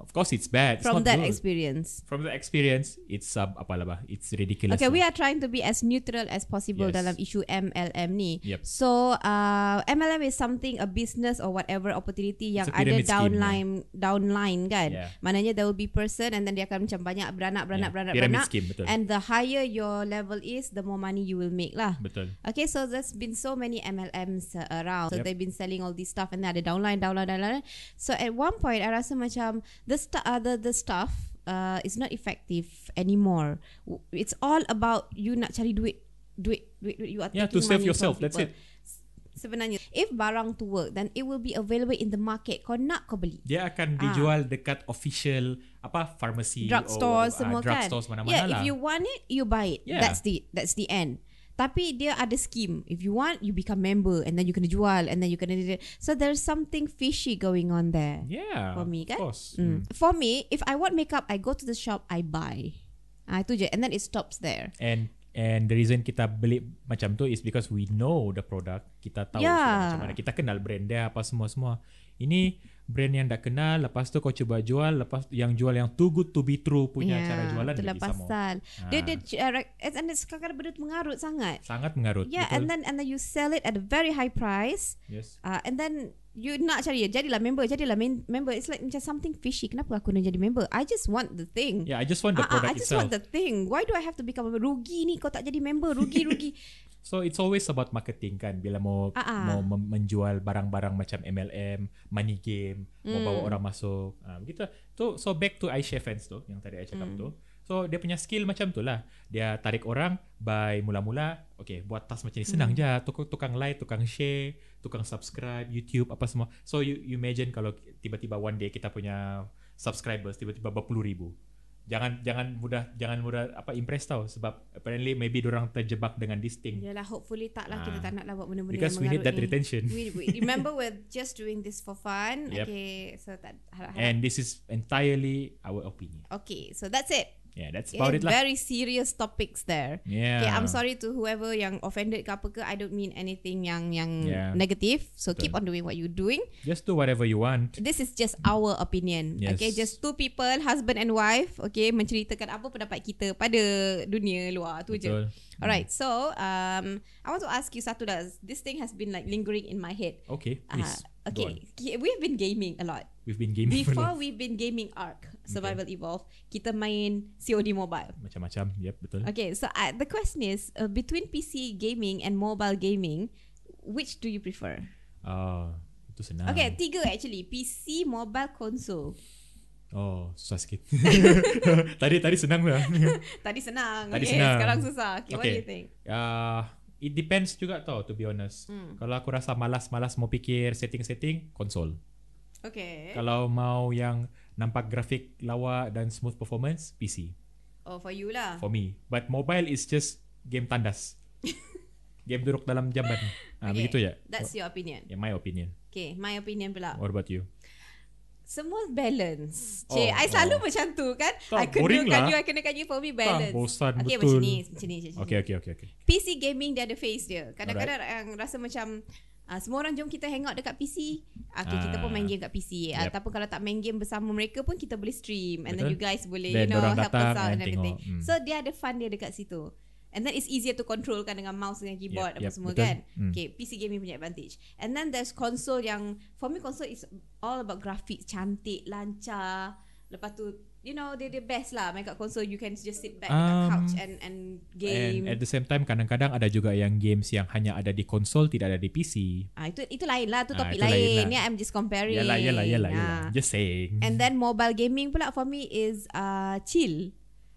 [SPEAKER 1] Of course it's bad. It's
[SPEAKER 2] from
[SPEAKER 1] not
[SPEAKER 2] that
[SPEAKER 1] good.
[SPEAKER 2] experience?
[SPEAKER 1] From that experience, it's sub apa lah bah. It's ridiculous.
[SPEAKER 2] Okay, we
[SPEAKER 1] lah.
[SPEAKER 2] are trying to be as neutral as possible
[SPEAKER 1] Yes.
[SPEAKER 2] dalam isu MLM ni.
[SPEAKER 1] Yep.
[SPEAKER 2] So, uh, MLM is something a business or whatever opportunity yang
[SPEAKER 1] It's a
[SPEAKER 2] ada
[SPEAKER 1] pyramid scheme,
[SPEAKER 2] downline downline kan.
[SPEAKER 1] Yeah.
[SPEAKER 2] Maknanya there will be person and then dia akan macam banyak beranak beranak
[SPEAKER 1] Yeah,
[SPEAKER 2] beranak
[SPEAKER 1] pyramid
[SPEAKER 2] beranak.
[SPEAKER 1] scheme, betul.
[SPEAKER 2] And the higher your level is, the more money you will make lah.
[SPEAKER 1] Betul.
[SPEAKER 2] Okay, so there's been so many MLMs uh, around.
[SPEAKER 1] Mm.
[SPEAKER 2] So
[SPEAKER 1] Yep.
[SPEAKER 2] they've been selling all this stuff, and then ada downline, downline, downline. So at one point, I rasa macam the stu- uh, the the stuff uh, is not effective anymore. W- It's all about you nak cari duit, duit, duit, duit. You are
[SPEAKER 1] Yeah, to
[SPEAKER 2] taking
[SPEAKER 1] save
[SPEAKER 2] money
[SPEAKER 1] yourself.
[SPEAKER 2] from
[SPEAKER 1] That's
[SPEAKER 2] people.
[SPEAKER 1] it.
[SPEAKER 2] Sebenarnya, if barang tu work, then it will be available in the market. Kau nak kau beli.
[SPEAKER 1] Dia akan
[SPEAKER 2] Ah.
[SPEAKER 1] dijual dekat official apa pharmacy or,
[SPEAKER 2] drugstores
[SPEAKER 1] ah,
[SPEAKER 2] semua kan.
[SPEAKER 1] drugstores mana-mana
[SPEAKER 2] yeah,
[SPEAKER 1] lah.
[SPEAKER 2] if you want it, you buy it.
[SPEAKER 1] Yeah.
[SPEAKER 2] That's the that's the end. Tapi dia ada scheme. If you want, you become member and then you kena jual and then you kena... So there's something fishy going on there.
[SPEAKER 1] Yeah.
[SPEAKER 2] For me,
[SPEAKER 1] Of
[SPEAKER 2] kan?
[SPEAKER 1] course.
[SPEAKER 2] Mm. For me, if I want makeup, I go to the shop, I buy. Ah, itu je. And then it stops there.
[SPEAKER 1] And and the reason kita beli macam tu is because we know the product, kita tahu
[SPEAKER 2] Yeah.
[SPEAKER 1] sudah macam mana, kita kenal brand dia apa semua semua. Ini brand yang tak kenal, lepas tu kau cuba jual, lepas yang jual yang too good to be true punya cara jualan
[SPEAKER 2] itulah
[SPEAKER 1] lagi sama.
[SPEAKER 2] pasal. Dia
[SPEAKER 1] Ah.
[SPEAKER 2] dia cara and and kadang-kadang benda tu mengarut sangat.
[SPEAKER 1] Sangat mengarut.
[SPEAKER 2] Yeah,
[SPEAKER 1] betul.
[SPEAKER 2] and then and then you sell it at a very high price.
[SPEAKER 1] yes.
[SPEAKER 2] Uh, and then you nak cari jadilah member, jadilah main, member. It's like macam something fishy. Kenapa aku nak jadi member? I just want the thing.
[SPEAKER 1] Yeah, I just want the
[SPEAKER 2] Ah, ah,
[SPEAKER 1] product
[SPEAKER 2] I just
[SPEAKER 1] itself.
[SPEAKER 2] want the thing. Why do I have to become a rugi ni? Kau tak jadi member, rugi rugi.
[SPEAKER 1] So it's always about marketing kan bila mau
[SPEAKER 2] Ah, ah.
[SPEAKER 1] mau mem- menjual barang-barang macam MLM, money game, mau
[SPEAKER 2] Mm.
[SPEAKER 1] bawa orang masuk. Ah begitu. Tu so back to Aisyah fans tu yang tadi I cakap
[SPEAKER 2] Hmm.
[SPEAKER 1] tu. So dia punya skill macam tu lah. Dia tarik orang by mula-mula, okay buat tas macam ni senang
[SPEAKER 2] Hmm.
[SPEAKER 1] je. Tukang tukang like, tukang share, tukang subscribe, YouTube apa semua. So you, you imagine kalau tiba-tiba one day kita punya subscribers tiba-tiba berpuluh ribu. Jangan jangan mudah jangan mudah apa impress tau sebab apparently maybe orang terjebak dengan this thing
[SPEAKER 2] Yalah, hopefully tak lah kita
[SPEAKER 1] Ah.
[SPEAKER 2] tak nak lah buat benda-benda
[SPEAKER 1] because
[SPEAKER 2] yang
[SPEAKER 1] we need that
[SPEAKER 2] mengarut ni.
[SPEAKER 1] retention
[SPEAKER 2] We, we, remember we're just doing this for fun.
[SPEAKER 1] Yep.
[SPEAKER 2] Okay, so tak harap-harap.
[SPEAKER 1] and this is entirely our opinion
[SPEAKER 2] okay, so that's it.
[SPEAKER 1] yeah that's
[SPEAKER 2] Yeah,
[SPEAKER 1] about it lah
[SPEAKER 2] very serious topics there.
[SPEAKER 1] yeah
[SPEAKER 2] Eh, Okay, I'm sorry to whoever yang offended ke apa ke. I don't mean anything yang yang
[SPEAKER 1] Yeah.
[SPEAKER 2] negative. So keep
[SPEAKER 1] Betul.
[SPEAKER 2] on doing what you're doing.
[SPEAKER 1] just do whatever you want
[SPEAKER 2] This is just our opinion.
[SPEAKER 1] Yes.
[SPEAKER 2] Okay, just two people, husband and wife, okay, menceritakan apa pendapat kita pada dunia luar tu je.
[SPEAKER 1] betul
[SPEAKER 2] Alright, so um I want to ask you satu dah. This thing has been like lingering in my head.
[SPEAKER 1] Mm. okay
[SPEAKER 2] Ah,
[SPEAKER 1] please go on.
[SPEAKER 2] okay, Ki- we've been gaming a lot.
[SPEAKER 1] we've been gaming for
[SPEAKER 2] Before
[SPEAKER 1] long.
[SPEAKER 2] we've been gaming Arc Survival Evolved, kita main COD Mobile.
[SPEAKER 1] macam-macam yep betul
[SPEAKER 2] Okay, so uh, the question is uh, between PC gaming and mobile gaming, which do you prefer?
[SPEAKER 1] oh itu senang
[SPEAKER 2] Okay, tiga actually. PC, mobile, console.
[SPEAKER 1] oh susah sikit tadi tadi senang lah
[SPEAKER 2] Tadi senang.
[SPEAKER 1] Tadi
[SPEAKER 2] okay,
[SPEAKER 1] senang.
[SPEAKER 2] Sekarang susah. Okay, what do
[SPEAKER 1] Okay.
[SPEAKER 2] you think?
[SPEAKER 1] Ah, it depends juga tau to be honest
[SPEAKER 2] Hmm.
[SPEAKER 1] kalau aku rasa malas-malas mau fikir setting-setting konsol
[SPEAKER 2] Okay.
[SPEAKER 1] kalau mau yang nampak grafik lawa dan smooth performance PC
[SPEAKER 2] Oh, for you lah.
[SPEAKER 1] for me. But mobile is just game tandas. game duduk dalam jamban. Ah
[SPEAKER 2] Okay,
[SPEAKER 1] begitu ya.
[SPEAKER 2] That's Ah. your opinion.
[SPEAKER 1] yeah, my opinion.
[SPEAKER 2] Okay, my opinion pula.
[SPEAKER 1] What about you?
[SPEAKER 2] Semua balance.
[SPEAKER 1] Oh,
[SPEAKER 2] Cik, I
[SPEAKER 1] oh.
[SPEAKER 2] selalu macam tu kan.
[SPEAKER 1] Tak,
[SPEAKER 2] I
[SPEAKER 1] boring
[SPEAKER 2] kenakan
[SPEAKER 1] lah.
[SPEAKER 2] you, I kenakan you for me
[SPEAKER 1] Ah,
[SPEAKER 2] balance.
[SPEAKER 1] bosan
[SPEAKER 2] okay,
[SPEAKER 1] betul.
[SPEAKER 2] macam ni. Macam ni, macam ni.
[SPEAKER 1] Okay, okay, okay, okay.
[SPEAKER 2] PC gaming dia ada face dia. Kadang-kadang yang rasa macam uh, semua orang jom kita hangout dekat PC. Okay, kita pun
[SPEAKER 1] Ah.
[SPEAKER 2] main game kat
[SPEAKER 1] Yep.
[SPEAKER 2] PC. Yep. Ataupun kalau tak main game bersama mereka pun kita boleh stream
[SPEAKER 1] Betul.
[SPEAKER 2] and then you guys boleh
[SPEAKER 1] Then
[SPEAKER 2] you know
[SPEAKER 1] dorang
[SPEAKER 2] help
[SPEAKER 1] datang
[SPEAKER 2] us out
[SPEAKER 1] and
[SPEAKER 2] and everything.
[SPEAKER 1] tengok. Mm.
[SPEAKER 2] So dia ada fun dia dekat situ. And then it's easier to control kan dengan mouse dengan
[SPEAKER 1] Yep,
[SPEAKER 2] keyboard apa
[SPEAKER 1] yep,
[SPEAKER 2] semua
[SPEAKER 1] betul.
[SPEAKER 2] kan.
[SPEAKER 1] Mm.
[SPEAKER 2] Okay, PC gaming punya advantage. And then there's console yang for me console is all about graphics cantik, lancar. Lepas tu you know dia dia best lah main kat console you can just sit back dekat
[SPEAKER 1] Um,
[SPEAKER 2] couch and and game.
[SPEAKER 1] And at the same time kadang-kadang ada juga yang games yang hanya ada di konsol tidak ada di PC.
[SPEAKER 2] Ah itu itu lain lah, tu
[SPEAKER 1] Ah,
[SPEAKER 2] topik
[SPEAKER 1] itu lain
[SPEAKER 2] lain.
[SPEAKER 1] lah.
[SPEAKER 2] Ni I'm just comparing.
[SPEAKER 1] Yalah, yalah, yalah, yalah.
[SPEAKER 2] Ah.
[SPEAKER 1] Just saying.
[SPEAKER 2] And then mobile gaming pula for me is uh, chill.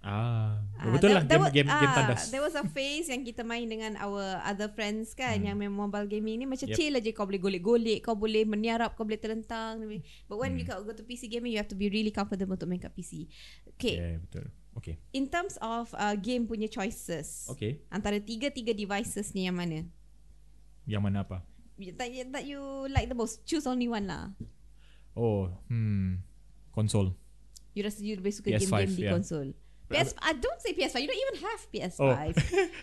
[SPEAKER 1] ah,
[SPEAKER 2] Ah,
[SPEAKER 1] betul
[SPEAKER 2] there-
[SPEAKER 1] lah
[SPEAKER 2] there
[SPEAKER 1] game
[SPEAKER 2] was-
[SPEAKER 1] game, game
[SPEAKER 2] ah,
[SPEAKER 1] tandas.
[SPEAKER 2] There was a phase yang kita main dengan our other friends kan
[SPEAKER 1] Hmm.
[SPEAKER 2] yang main mobile gaming ni macam
[SPEAKER 1] Yep.
[SPEAKER 2] chill aja kau boleh golek-golek, kau boleh meniarap, kau boleh terlentang. But when
[SPEAKER 1] Hmm.
[SPEAKER 2] you go to PC gaming you have to be really comfortable untuk main kat PC. Okay,
[SPEAKER 1] Yeah, betul. Okay.
[SPEAKER 2] in terms of uh, game punya choices.
[SPEAKER 1] Okay.
[SPEAKER 2] Antara tiga-tiga devices ni yang mana?
[SPEAKER 1] Yang mana apa?
[SPEAKER 2] That, that you like the most. Choose only one lah.
[SPEAKER 1] Oh, hmm. Konsol.
[SPEAKER 2] You rasa you lebih suka
[SPEAKER 1] PS5,
[SPEAKER 2] game-game di
[SPEAKER 1] yeah.
[SPEAKER 2] konsol. PS, I don't say PS5. You don't even have PS5.
[SPEAKER 1] Oh.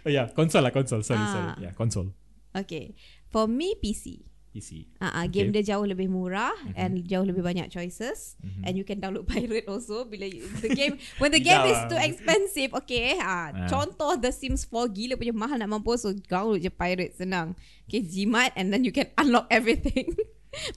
[SPEAKER 1] Oh yeah, konsol lah konsol. Sorry,
[SPEAKER 2] Ah.
[SPEAKER 1] sorry. Yeah, konsol.
[SPEAKER 2] Okay. For me, PC.
[SPEAKER 1] PC.
[SPEAKER 2] Uh, uh, game
[SPEAKER 1] Okay.
[SPEAKER 2] dia jauh lebih murah mm-hmm. and jauh lebih banyak choices
[SPEAKER 1] Mhm.
[SPEAKER 2] mm-hmm. and you can download pirate also bila you, the game when the game is
[SPEAKER 1] Tidak.
[SPEAKER 2] too expensive okay
[SPEAKER 1] Ah.
[SPEAKER 2] uh, contoh The Sims 4 gila punya mahal nak mampus so download je pirate senang okay jimat and then you can unlock everything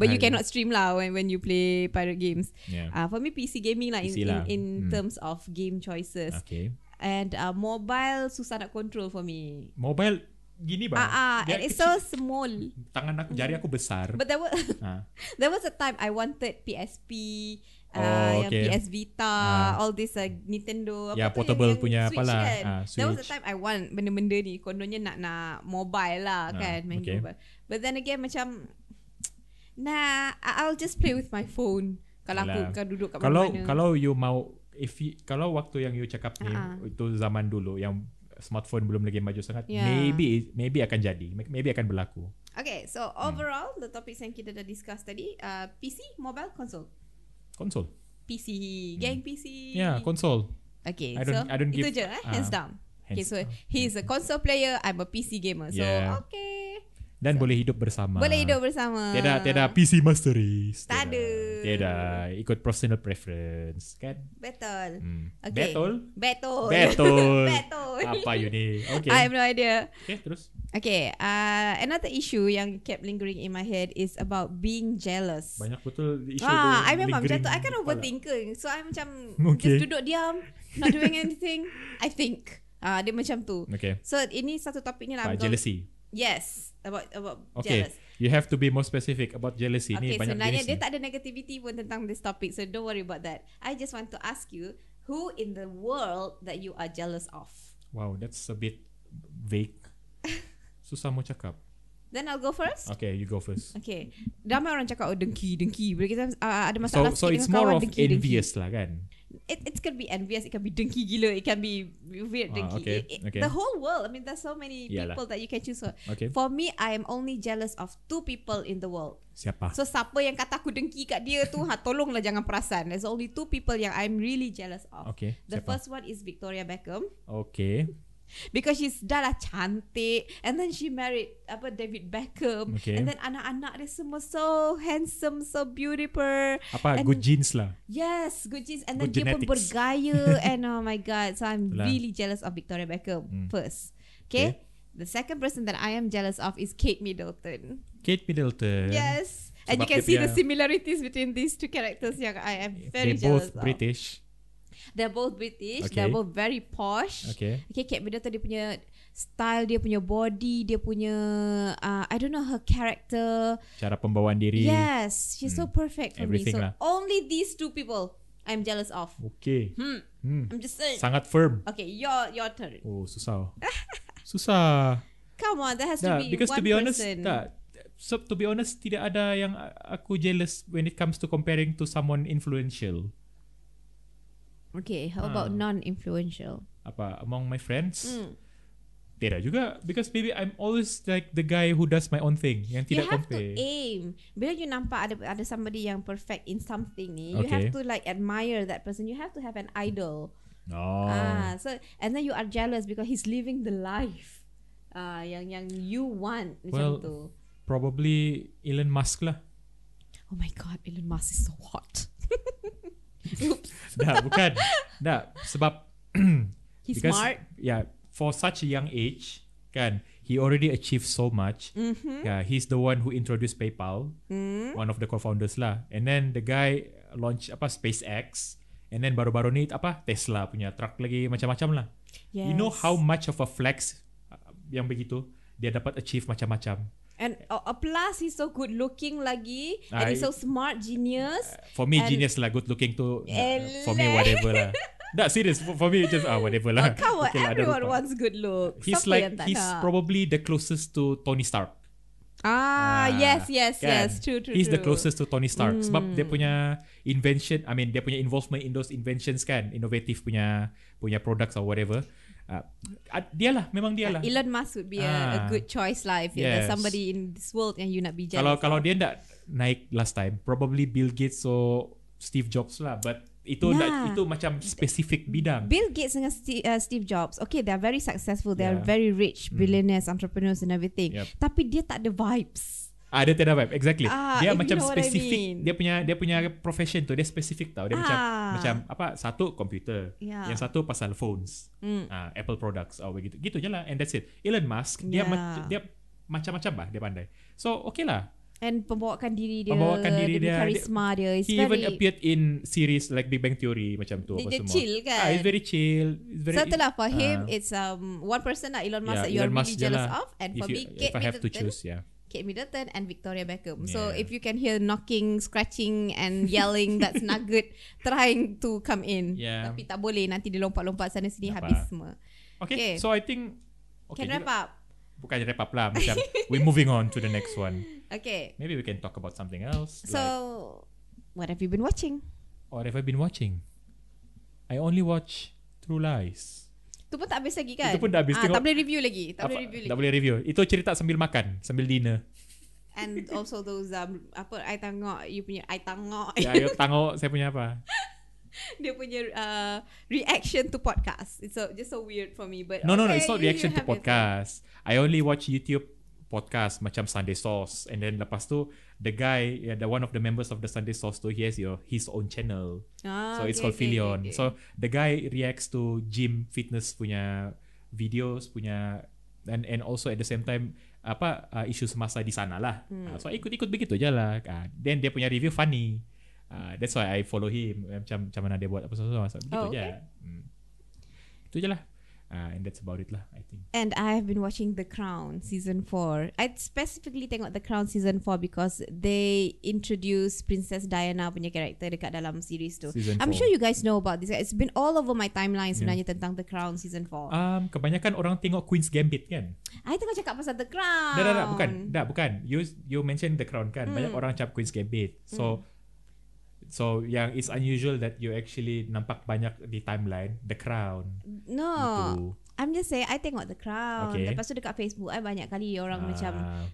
[SPEAKER 2] but
[SPEAKER 1] Ah,
[SPEAKER 2] you
[SPEAKER 1] yeah.
[SPEAKER 2] cannot stream lah when, when you play pirate games
[SPEAKER 1] Yeah.
[SPEAKER 2] uh, for me PC gaming lah in,
[SPEAKER 1] PC lah.
[SPEAKER 2] in, in
[SPEAKER 1] Hmm.
[SPEAKER 2] terms of game choices
[SPEAKER 1] Okay.
[SPEAKER 2] And uh, mobile susah nak control for me.
[SPEAKER 1] Mobile gini bang.
[SPEAKER 2] Ah ah,
[SPEAKER 1] Dia
[SPEAKER 2] and it's so
[SPEAKER 1] kecil.
[SPEAKER 2] small.
[SPEAKER 1] tangan aku jari aku besar.
[SPEAKER 2] But there was
[SPEAKER 1] Ah.
[SPEAKER 2] there was a time I wanted PSP, uh,
[SPEAKER 1] Oh,
[SPEAKER 2] yang
[SPEAKER 1] okay.
[SPEAKER 2] PS Vita,
[SPEAKER 1] Ah.
[SPEAKER 2] all this uh, Nintendo.
[SPEAKER 1] Ya,
[SPEAKER 2] tu
[SPEAKER 1] portable
[SPEAKER 2] yang, yang
[SPEAKER 1] punya
[SPEAKER 2] Switch
[SPEAKER 1] apa lah.
[SPEAKER 2] Kan?
[SPEAKER 1] Ah,
[SPEAKER 2] There was a
[SPEAKER 1] Switch.
[SPEAKER 2] time I want benda-benda ni. Kononnya nak nak mobile lah
[SPEAKER 1] Ah,
[SPEAKER 2] kan, main
[SPEAKER 1] okay.
[SPEAKER 2] mobile. But then again macam, nah, I- I'll just play with my phone. Kalau
[SPEAKER 1] Yalah.
[SPEAKER 2] aku kan duduk kat
[SPEAKER 1] lah. Kalau
[SPEAKER 2] mana-mana.
[SPEAKER 1] kalau you mau if you, kalau waktu yang you cakap ni
[SPEAKER 2] Ah, ah.
[SPEAKER 1] itu zaman dulu yang smartphone belum lagi maju sangat
[SPEAKER 2] Ya.
[SPEAKER 1] maybe maybe akan jadi maybe akan berlaku
[SPEAKER 2] Okay, so
[SPEAKER 1] Hmm.
[SPEAKER 2] overall the topics yang kita dah discuss tadi, uh, PC, mobile, console.
[SPEAKER 1] konsol
[SPEAKER 2] PC, gang PC.
[SPEAKER 1] Hmm. ya yeah, konsol
[SPEAKER 2] okay,
[SPEAKER 1] I don't-
[SPEAKER 2] so
[SPEAKER 1] I don't
[SPEAKER 2] itu
[SPEAKER 1] give-
[SPEAKER 2] je eh,
[SPEAKER 1] ah,
[SPEAKER 2] hands down. okay,
[SPEAKER 1] Hands
[SPEAKER 2] so
[SPEAKER 1] down.
[SPEAKER 2] he's a console player, I'm a PC gamer. So
[SPEAKER 1] Yeah.
[SPEAKER 2] okay,
[SPEAKER 1] dan boleh hidup bersama
[SPEAKER 2] boleh hidup bersama.
[SPEAKER 1] tiada tiada PC master race
[SPEAKER 2] Tak ada.
[SPEAKER 1] tiada ikut personal preference kan
[SPEAKER 2] Betul.
[SPEAKER 1] hmm.
[SPEAKER 2] Okay.
[SPEAKER 1] battle
[SPEAKER 2] Betul.
[SPEAKER 1] Betul.
[SPEAKER 2] Betul.
[SPEAKER 1] apa you ni okay
[SPEAKER 2] I have no idea.
[SPEAKER 1] okay terus
[SPEAKER 2] Okay, uh, another issue yang kept lingering in my head is about being jealous.
[SPEAKER 1] banyak betul isu
[SPEAKER 2] ah,
[SPEAKER 1] tu
[SPEAKER 2] I memang macam
[SPEAKER 1] lingering
[SPEAKER 2] tu. I kind
[SPEAKER 1] kepala.
[SPEAKER 2] of overthinking. So, I macam
[SPEAKER 1] Okay.
[SPEAKER 2] just duduk diam, not doing anything. I think. Ah, dia macam tu.
[SPEAKER 1] okay
[SPEAKER 2] So, ini satu topik ni lah.
[SPEAKER 1] But
[SPEAKER 2] I'm going-
[SPEAKER 1] jealousy
[SPEAKER 2] Yes, about about
[SPEAKER 1] Okay,
[SPEAKER 2] jealous.
[SPEAKER 1] you have to be more specific about jealousy. ni
[SPEAKER 2] Okay,
[SPEAKER 1] banyak
[SPEAKER 2] sebenarnya
[SPEAKER 1] jenis
[SPEAKER 2] dia
[SPEAKER 1] ni.
[SPEAKER 2] tak ada negativity pun tentang this topic. So, don't worry about that. I just want to ask you, who in the world that you are jealous of?
[SPEAKER 1] Wow, that's a bit vague. Susah mau cakap.
[SPEAKER 2] Then I'll go first.
[SPEAKER 1] Okay, you go first.
[SPEAKER 2] Okay Ramai orang cakap Oh dengki dengki Bila kita uh, ada
[SPEAKER 1] So
[SPEAKER 2] masalah
[SPEAKER 1] so
[SPEAKER 2] sikit
[SPEAKER 1] it's
[SPEAKER 2] dengan
[SPEAKER 1] more
[SPEAKER 2] kawan,
[SPEAKER 1] of
[SPEAKER 2] dengki,
[SPEAKER 1] envious lah kan.
[SPEAKER 2] dengki. It, it can be envious It can be dengki gila It can be
[SPEAKER 1] Ah,
[SPEAKER 2] weird dengki
[SPEAKER 1] okay,
[SPEAKER 2] It- it-
[SPEAKER 1] okay.
[SPEAKER 2] The whole world I mean there's so many
[SPEAKER 1] Yalah.
[SPEAKER 2] people That you can choose for
[SPEAKER 1] Okay.
[SPEAKER 2] For me I am only jealous of Two people in the world
[SPEAKER 1] Siapa?
[SPEAKER 2] So siapa yang kata aku dengki kat dia tu ha, Tolonglah jangan perasan There's only two people Yang I'm really jealous of
[SPEAKER 1] Okay.
[SPEAKER 2] The
[SPEAKER 1] siapa?
[SPEAKER 2] first one is Victoria Beckham
[SPEAKER 1] Okay.
[SPEAKER 2] Because she's dah lah cantik And then she married apa David Beckham
[SPEAKER 1] Okay.
[SPEAKER 2] And then anak-anak dia semua so handsome So beautiful
[SPEAKER 1] Apa
[SPEAKER 2] And-
[SPEAKER 1] good genes lah.
[SPEAKER 2] Yes good genes And then
[SPEAKER 1] Good
[SPEAKER 2] dia pun
[SPEAKER 1] genetics.
[SPEAKER 2] bergaya And oh my god So I'm
[SPEAKER 1] Lah.
[SPEAKER 2] really jealous of Victoria Beckham
[SPEAKER 1] Hmm.
[SPEAKER 2] First okay?
[SPEAKER 1] Okay.
[SPEAKER 2] The second person that I am jealous of Is Kate Middleton
[SPEAKER 1] Kate Middleton.
[SPEAKER 2] Yes And
[SPEAKER 1] Ya. Sebab
[SPEAKER 2] you can
[SPEAKER 1] dia
[SPEAKER 2] see the
[SPEAKER 1] punya-
[SPEAKER 2] similarities Between these two characters Yang I am very
[SPEAKER 1] They both
[SPEAKER 2] jealous lah. of
[SPEAKER 1] British.
[SPEAKER 2] They're both British
[SPEAKER 1] Okay.
[SPEAKER 2] They're both very posh
[SPEAKER 1] Okay.
[SPEAKER 2] Okay, Kate Middleton dia punya style, dia punya body, dia punya uh, I don't know her character.
[SPEAKER 1] Cara pembawaan diri.
[SPEAKER 2] Yes, she's so perfect for
[SPEAKER 1] Hmm. Everything
[SPEAKER 2] me. So
[SPEAKER 1] lah.
[SPEAKER 2] only these two people I'm jealous of.
[SPEAKER 1] Okay.
[SPEAKER 2] Hmm.
[SPEAKER 1] Hmm.
[SPEAKER 2] I'm just saying.
[SPEAKER 1] Sangat firm.
[SPEAKER 2] Okay, your your turn.
[SPEAKER 1] Oh, susah. susah.
[SPEAKER 2] Come on, there has
[SPEAKER 1] Dah,
[SPEAKER 2] to be
[SPEAKER 1] because to
[SPEAKER 2] one
[SPEAKER 1] be honest,
[SPEAKER 2] person.
[SPEAKER 1] tak. So to be honest, tidak ada yang a- aku jealous when it comes to comparing to someone influential.
[SPEAKER 2] Okay, how about
[SPEAKER 1] Ah.
[SPEAKER 2] non-influential?
[SPEAKER 1] Apa among my friends?
[SPEAKER 2] Hmm.
[SPEAKER 1] Tidak juga because maybe I'm always like the guy who does my own thing yang
[SPEAKER 2] You
[SPEAKER 1] tidak
[SPEAKER 2] have to
[SPEAKER 1] compare.
[SPEAKER 2] aim. Bila you nampak ada ada somebody yang perfect in something ni, you
[SPEAKER 1] Okay.
[SPEAKER 2] have to like admire that person. You have to have an idol.
[SPEAKER 1] No.
[SPEAKER 2] Ah, so and then you are jealous because he's living the life ah yang yang you want
[SPEAKER 1] Well-
[SPEAKER 2] macam tu.
[SPEAKER 1] Probably Elon Musk lah.
[SPEAKER 2] Oh my god, Elon Musk is so hot.
[SPEAKER 1] Dah bukan. Dah sebab
[SPEAKER 2] He's
[SPEAKER 1] because
[SPEAKER 2] smart.
[SPEAKER 1] yeah for such a young age kan he already achieved so much.
[SPEAKER 2] Mhm.
[SPEAKER 1] Yeah, he's the one who introduced PayPal,
[SPEAKER 2] Hmm.
[SPEAKER 1] one of the co-founders lah. And then the guy launch apa SpaceX. And then baru-baru ni apa Tesla punya truck lagi macam-macam lah.
[SPEAKER 2] Yes.
[SPEAKER 1] You know how much of a flex uh, yang begitu dia dapat achieve macam-macam.
[SPEAKER 2] and uh, uh, plus he's so good looking lagi and
[SPEAKER 1] I-
[SPEAKER 2] he's so smart genius.
[SPEAKER 1] For me
[SPEAKER 2] And-
[SPEAKER 1] genius lah good looking tu
[SPEAKER 2] Eh,
[SPEAKER 1] for me
[SPEAKER 2] leh.
[SPEAKER 1] whatever lah. Nah serious for, for me just ah whatever lah.
[SPEAKER 2] oh, come on,
[SPEAKER 1] Okay lah, ada
[SPEAKER 2] everyone
[SPEAKER 1] rupa.
[SPEAKER 2] wants good look.
[SPEAKER 1] He's
[SPEAKER 2] Siapa
[SPEAKER 1] like
[SPEAKER 2] yang tak
[SPEAKER 1] he's
[SPEAKER 2] nak?
[SPEAKER 1] probably the closest to Tony Stark. Ah,
[SPEAKER 2] ah, yes, yes,
[SPEAKER 1] kan?
[SPEAKER 2] yes, true, true.
[SPEAKER 1] He's the
[SPEAKER 2] true. Mm.
[SPEAKER 1] closest to Tony Stark sebab dia punya invention, I mean dia punya involvement in those inventions kan, innovative punya punya products or whatever. Uh, dia lah, memang dia lah.
[SPEAKER 2] Ah, Elon Musk would be a, a
[SPEAKER 1] Ah.
[SPEAKER 2] good choice lah if there's
[SPEAKER 1] Yes.
[SPEAKER 2] somebody in this world yang you nak be
[SPEAKER 1] kalau
[SPEAKER 2] jealous.
[SPEAKER 1] kalau dia tak naik last time probably Bill Gates or Steve Jobs lah but itu nah.
[SPEAKER 2] Nah.
[SPEAKER 1] itu macam spesifik bidang
[SPEAKER 2] Bill Gates dengan Steve, uh, Steve Jobs, okay, they are very successful, they are
[SPEAKER 1] Yeah. Hmm.
[SPEAKER 2] very rich, billionaires, entrepreneurs and everything.
[SPEAKER 1] Yep.
[SPEAKER 2] Tapi dia tak ada vibes.
[SPEAKER 1] ah dia tidak vibe exactly
[SPEAKER 2] Ah, if
[SPEAKER 1] dia
[SPEAKER 2] you
[SPEAKER 1] macam
[SPEAKER 2] know what I
[SPEAKER 1] spesifik
[SPEAKER 2] mean.
[SPEAKER 1] dia punya dia punya profession tu dia spesifik tau dia macam
[SPEAKER 2] Ah. Ya.
[SPEAKER 1] macam apa satu komputer
[SPEAKER 2] Yeah.
[SPEAKER 1] yang satu pasal phones
[SPEAKER 2] Mm.
[SPEAKER 1] ah, Apple products or begitu gitu je lah and that's it Elon Musk dia
[SPEAKER 2] Yeah.
[SPEAKER 1] ma- dia macam-macam lah dia pandai so okay lah
[SPEAKER 2] And pembawakan diri dia,
[SPEAKER 1] Pembawakan diri
[SPEAKER 2] dia, punya
[SPEAKER 1] dia,
[SPEAKER 2] karisma dia, it's
[SPEAKER 1] he even
[SPEAKER 2] very
[SPEAKER 1] appeared in series like Big Bang Theory macam tu apa
[SPEAKER 2] Dia- dia
[SPEAKER 1] semua
[SPEAKER 2] chill kan?
[SPEAKER 1] ah, it's very chill it's very
[SPEAKER 2] so itulah for him
[SPEAKER 1] Ah.
[SPEAKER 2] it's um one person lah Elon Musk
[SPEAKER 1] Yeah,
[SPEAKER 2] that you are
[SPEAKER 1] Elon
[SPEAKER 2] really
[SPEAKER 1] Musk je
[SPEAKER 2] jealous
[SPEAKER 1] lah.
[SPEAKER 2] of and
[SPEAKER 1] if
[SPEAKER 2] for
[SPEAKER 1] you,
[SPEAKER 2] me Kate
[SPEAKER 1] if I have to
[SPEAKER 2] Middleton,
[SPEAKER 1] choose yeah
[SPEAKER 2] Kate Middleton and Victoria Beckham. So
[SPEAKER 1] Yeah.
[SPEAKER 2] if you can hear knocking, scratching and yelling that's Nugget trying to come in.
[SPEAKER 1] Yeah.
[SPEAKER 2] Tapi tak boleh nanti dia lompat-lompat sana sini
[SPEAKER 1] Tak
[SPEAKER 2] habis
[SPEAKER 1] apa.
[SPEAKER 2] semua. Okay.
[SPEAKER 1] Okay, so I think okay,
[SPEAKER 2] can wrap up.
[SPEAKER 1] Bukan wrap up lah macam we're moving on to the next one.
[SPEAKER 2] Okay.
[SPEAKER 1] Maybe we can talk about something else. like,
[SPEAKER 2] So, what have you been watching?
[SPEAKER 1] or have I been watching? I only watch True Lies.
[SPEAKER 2] Tu pun tak habis lagi kan?
[SPEAKER 1] Itu pun dah habis.
[SPEAKER 2] Ah,
[SPEAKER 1] Tengok
[SPEAKER 2] tak boleh review lagi. Tak
[SPEAKER 1] Apa-
[SPEAKER 2] boleh review lagi.
[SPEAKER 1] Tak boleh review. Itu cerita sambil makan, sambil dinner.
[SPEAKER 2] And also those um, apa I tengok you punya I tengok
[SPEAKER 1] Ya, ayo tengok saya punya apa.
[SPEAKER 2] dia punya uh, reaction to podcast. It's so just so weird for me but
[SPEAKER 1] No, no, no.
[SPEAKER 2] okay,
[SPEAKER 1] It's not
[SPEAKER 2] you- you
[SPEAKER 1] reaction to
[SPEAKER 2] have your
[SPEAKER 1] podcast. I only watch YouTube podcast macam Sunday Sauce. And then lepas tu, the guy, yeah, the one of the members of the Sunday Sauce tu, he has your his own channel.
[SPEAKER 2] thing. Ah,
[SPEAKER 1] so it's
[SPEAKER 2] okay,
[SPEAKER 1] called
[SPEAKER 2] okay,
[SPEAKER 1] Filion.
[SPEAKER 2] okay, okay.
[SPEAKER 1] So the guy reacts to gym fitness punya videos, punya and and also at the same time apa uh, isu semasa di sana lah.
[SPEAKER 2] Hmm.
[SPEAKER 1] Ah, so ikut-ikut begitu je lah. Ah, then dia punya review funny. Ah, that's why I follow him. Macam macam mana dia buat apa semua so, begitu
[SPEAKER 2] Oh,
[SPEAKER 1] je.
[SPEAKER 2] okay.
[SPEAKER 1] Hmm. Itu je lah. Ah, and that's about it lah I think.
[SPEAKER 2] And I have been watching The Crown season 4. I specifically tengok The Crown season 4 because they introduce Princess Diana punya character dekat dalam series tu.
[SPEAKER 1] Season
[SPEAKER 2] I'm
[SPEAKER 1] four.
[SPEAKER 2] sure you guys know about this. It's been all over my timeline
[SPEAKER 1] Yeah.
[SPEAKER 2] sebenarnya tentang The Crown season 4.
[SPEAKER 1] Um, kebanyakan orang tengok Queen's Gambit kan?
[SPEAKER 2] I tengah cakap pasal The Crown.
[SPEAKER 1] Dah, dah, dah, bukan. Dah, bukan. You you mention The Crown kan.
[SPEAKER 2] Hmm.
[SPEAKER 1] Banyak orang cap Queen's Gambit. So so yang it's unusual that you actually nampak banyak di timeline The Crown.
[SPEAKER 2] No.
[SPEAKER 1] Gitu.
[SPEAKER 2] I'm just saying I tengok The Crown.
[SPEAKER 1] Okay.
[SPEAKER 2] Lepas tu dekat Facebook I banyak kali orang
[SPEAKER 1] Ah,
[SPEAKER 2] macam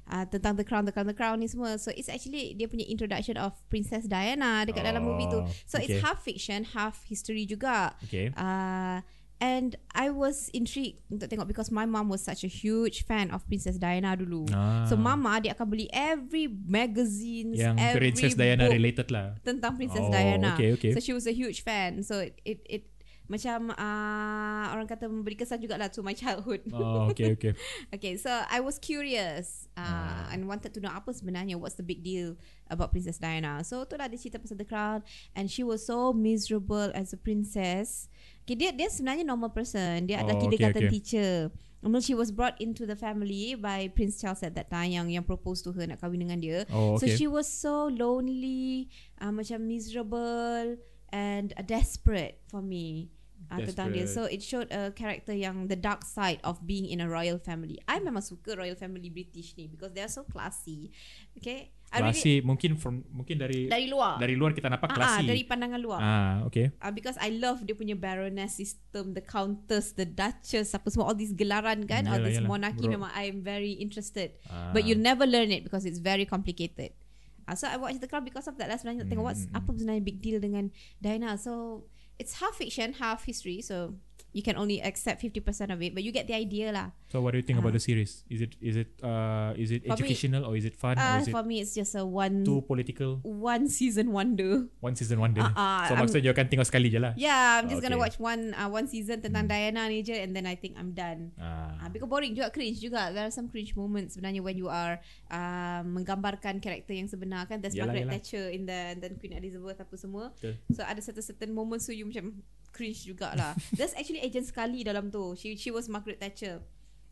[SPEAKER 2] uh, tentang The Crown, The Crown, The Crown ni semua. So it's actually dia punya introduction of Princess Diana dekat dalam movie
[SPEAKER 1] Oh,
[SPEAKER 2] tu. So it's
[SPEAKER 1] okay.
[SPEAKER 2] half fiction, half history juga.
[SPEAKER 1] Okay.
[SPEAKER 2] Uh, and I was intrigued untuk tengok because my mom was such a huge fan of Princess Diana dulu.
[SPEAKER 1] Ah.
[SPEAKER 2] So mama dia akan beli every magazines,
[SPEAKER 1] yang
[SPEAKER 2] every
[SPEAKER 1] Princess Diana
[SPEAKER 2] book
[SPEAKER 1] related lah.
[SPEAKER 2] tentang Princess
[SPEAKER 1] Oh,
[SPEAKER 2] Diana.
[SPEAKER 1] okay, okay.
[SPEAKER 2] So she was a huge fan. So it it, it macam uh, orang kata memberi kesan jugalah to my childhood.
[SPEAKER 1] Oh, okay, okay.
[SPEAKER 2] Okay, so I was curious uh,
[SPEAKER 1] Hmm.
[SPEAKER 2] and wanted to know apa sebenarnya what's the big deal about Princess Diana. So tu lah dia cerita pasal The Crown and she was so miserable as a princess. Okay, dia dia sebenarnya normal person. Dia adalah
[SPEAKER 1] Oh, okay,
[SPEAKER 2] kindergarten
[SPEAKER 1] okay.
[SPEAKER 2] teacher. I mean, she was brought into the family by Prince Charles at that time yang yang propose to her nak kahwin dengan dia.
[SPEAKER 1] Oh, okay.
[SPEAKER 2] So she was so lonely, uh, macam miserable and uh, desperate for me. Uh, tentang dia. So it showed a character yang the dark side of being in a royal family. I memang suka royal family British ni because they are so classy. Okay? I
[SPEAKER 1] Klasi mungkin from mungkin
[SPEAKER 2] really,
[SPEAKER 1] dari dari,
[SPEAKER 2] dari luar.
[SPEAKER 1] luar kita nampak
[SPEAKER 2] ah, ah,
[SPEAKER 1] klasi.
[SPEAKER 2] dari pandangan luar.
[SPEAKER 1] ah, okay.
[SPEAKER 2] Uh, because I love dia punya baroness system, the countess, the duchess, apa semua all these gelaran kan,
[SPEAKER 1] Hmm,
[SPEAKER 2] all
[SPEAKER 1] yalah,
[SPEAKER 2] this
[SPEAKER 1] yalah.
[SPEAKER 2] monarchy
[SPEAKER 1] Bro.
[SPEAKER 2] memang I am very interested.
[SPEAKER 1] Ah.
[SPEAKER 2] But you never learn it because it's very complicated. Uh, so I watched The Crown because of that. Lah sebenarnya nak tengok what's, apa
[SPEAKER 1] Hmm.
[SPEAKER 2] sebenarnya big deal dengan Diana. So it's half fiction, half history. So you can only accept 50% of it. But you get the idea lah.
[SPEAKER 1] So what do you think about
[SPEAKER 2] Ah.
[SPEAKER 1] the series? Is it is it uh is it
[SPEAKER 2] For me-
[SPEAKER 1] educational or is it fun or
[SPEAKER 2] Uh,
[SPEAKER 1] is it
[SPEAKER 2] for me, it's just a one
[SPEAKER 1] too political?
[SPEAKER 2] one season wonder.
[SPEAKER 1] One season one day.
[SPEAKER 2] Ah, ah,
[SPEAKER 1] so
[SPEAKER 2] I'm-
[SPEAKER 1] maksudnya you akan tengok sekali je lah.
[SPEAKER 2] Yeah, I'm just
[SPEAKER 1] Okay. Hmm.
[SPEAKER 2] gonna watch one uh, one season tentang Diana ni je and then I think I'm done.
[SPEAKER 1] Ah.
[SPEAKER 2] Ah, because boring juga cringe juga. There are some cringe moments sebenarnya when you are uh, menggambarkan karakter yang sebenar kan. There's
[SPEAKER 1] Yalah,
[SPEAKER 2] Margaret
[SPEAKER 1] yalah.
[SPEAKER 2] Thatcher in the and then Queen Elizabeth apa semua.
[SPEAKER 1] Betul.
[SPEAKER 2] So ada certain certain moments so you macam cringe jugalah. There's actually Agent Scully dalam tu. She she was Margaret Thatcher.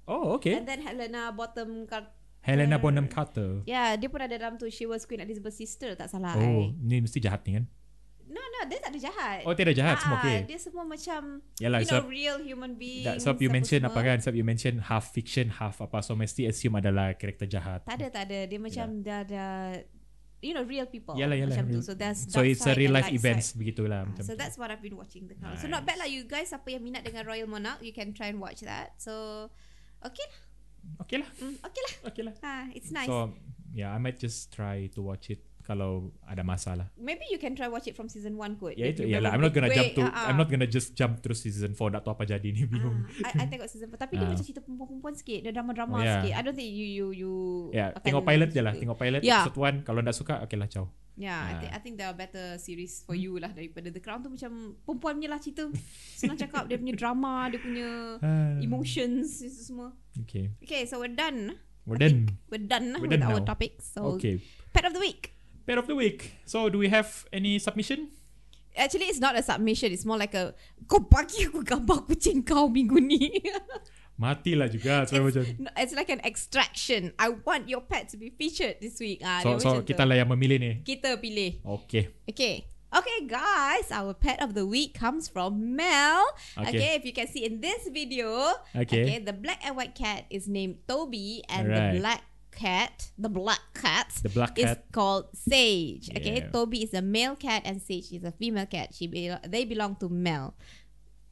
[SPEAKER 1] Oh, okay.
[SPEAKER 2] And then Helena Bottom Car-
[SPEAKER 1] Helena Bonham Carter.
[SPEAKER 2] Yeah, dia pun ada dalam tu. She was Queen Elizabeth's sister tak salah.
[SPEAKER 1] Oh,
[SPEAKER 2] I.
[SPEAKER 1] ni mesti jahat ni kan?
[SPEAKER 2] No no, dia tak ada jahat.
[SPEAKER 1] Oh, tiada jahat. Semua
[SPEAKER 2] Ah,
[SPEAKER 1] okay.
[SPEAKER 2] Dia semua macam
[SPEAKER 1] Yalah,
[SPEAKER 2] you know
[SPEAKER 1] sebab
[SPEAKER 2] real human being.
[SPEAKER 1] that, sebab you mention apa kan? Sebab you mention half fiction, half apa. So, mesti assume adalah karakter jahat.
[SPEAKER 2] Tak ada, tak ada. Dia macam dah ada you know real people.
[SPEAKER 1] Ya. Yalah, yalah.
[SPEAKER 2] Macam tu. So that's
[SPEAKER 1] So,
[SPEAKER 2] dark
[SPEAKER 1] it's a
[SPEAKER 2] side
[SPEAKER 1] real
[SPEAKER 2] and
[SPEAKER 1] life
[SPEAKER 2] light
[SPEAKER 1] events
[SPEAKER 2] side.
[SPEAKER 1] begitulah.
[SPEAKER 2] Ah,
[SPEAKER 1] macam
[SPEAKER 2] so
[SPEAKER 1] tu.
[SPEAKER 2] that's what I've been watching the crown. So not bad lah you guys siapa yang minat dengan Royal Monarch you can try and watch that. So okay lah.
[SPEAKER 1] Okay lah.
[SPEAKER 2] Mm, okay lah.
[SPEAKER 1] Okay lah.
[SPEAKER 2] Ha, it's nice.
[SPEAKER 1] So, yeah, I might just try to watch it kalau ada masalah.
[SPEAKER 2] Maybe you can try watch it from season 1 kot.
[SPEAKER 1] Ya
[SPEAKER 2] If
[SPEAKER 1] itu
[SPEAKER 2] you
[SPEAKER 1] ialah I'm
[SPEAKER 2] remember
[SPEAKER 1] not gonna
[SPEAKER 2] the
[SPEAKER 1] jump to
[SPEAKER 2] way- ah,
[SPEAKER 1] I'm
[SPEAKER 2] ah.
[SPEAKER 1] not gonna just jump terus season 4 nak tahu apa jadi ni bingung.
[SPEAKER 2] Ah, I, I tengok season 4 Tapi dia
[SPEAKER 1] Ah.
[SPEAKER 2] macam cerita perempuan-perempuan sikit Dia drama-drama
[SPEAKER 1] Oh, yeah.
[SPEAKER 2] sikit I don't think you you you
[SPEAKER 1] Ya,
[SPEAKER 2] akan
[SPEAKER 1] tengok pilot je
[SPEAKER 2] suka. Ya.
[SPEAKER 1] lah, tengok pilot
[SPEAKER 2] Yeah.
[SPEAKER 1] episode 1 kalau tak suka okay lah ciao.
[SPEAKER 2] Yeah, I
[SPEAKER 1] Ah. Hmm.
[SPEAKER 2] think I think there are better series for you lah daripada The Crown tu macam perempuan punya lah cerita. Senang cakap dia punya drama, dia punya
[SPEAKER 1] Ah,
[SPEAKER 2] emotions itu semua.
[SPEAKER 1] okay.
[SPEAKER 2] Okay, so we're done.
[SPEAKER 1] Well then,
[SPEAKER 2] We're done lah
[SPEAKER 1] We're
[SPEAKER 2] with
[SPEAKER 1] done
[SPEAKER 2] our
[SPEAKER 1] now.
[SPEAKER 2] topics. So
[SPEAKER 1] okay.
[SPEAKER 2] pet of the week.
[SPEAKER 1] Pair of the week. So do we have any submission?
[SPEAKER 2] Actually it's not a submission, it's more like a kau bagi aku gambar kucing kau minggu ni.
[SPEAKER 1] Matilah juga so macam.
[SPEAKER 2] no, it's like an extraction. I want your pet to be featured this week. Ah,
[SPEAKER 1] So,
[SPEAKER 2] dia
[SPEAKER 1] so
[SPEAKER 2] macam tu.
[SPEAKER 1] kita lah yang memilih ni.
[SPEAKER 2] kita pilih.
[SPEAKER 1] Okay.
[SPEAKER 2] Okay. Okay, guys, our pet of the week comes from Mel. Okay,
[SPEAKER 1] Okay.
[SPEAKER 2] if you can see in this video,
[SPEAKER 1] Okay.
[SPEAKER 2] the black and white cat is named Toby, and the
[SPEAKER 1] Alright.
[SPEAKER 2] black cat, the black cat,
[SPEAKER 1] The black
[SPEAKER 2] is
[SPEAKER 1] cat.
[SPEAKER 2] called Sage. Okay,
[SPEAKER 1] Yeah.
[SPEAKER 2] Toby is a male cat, and Sage is a female cat. She belo- they belong to Mel.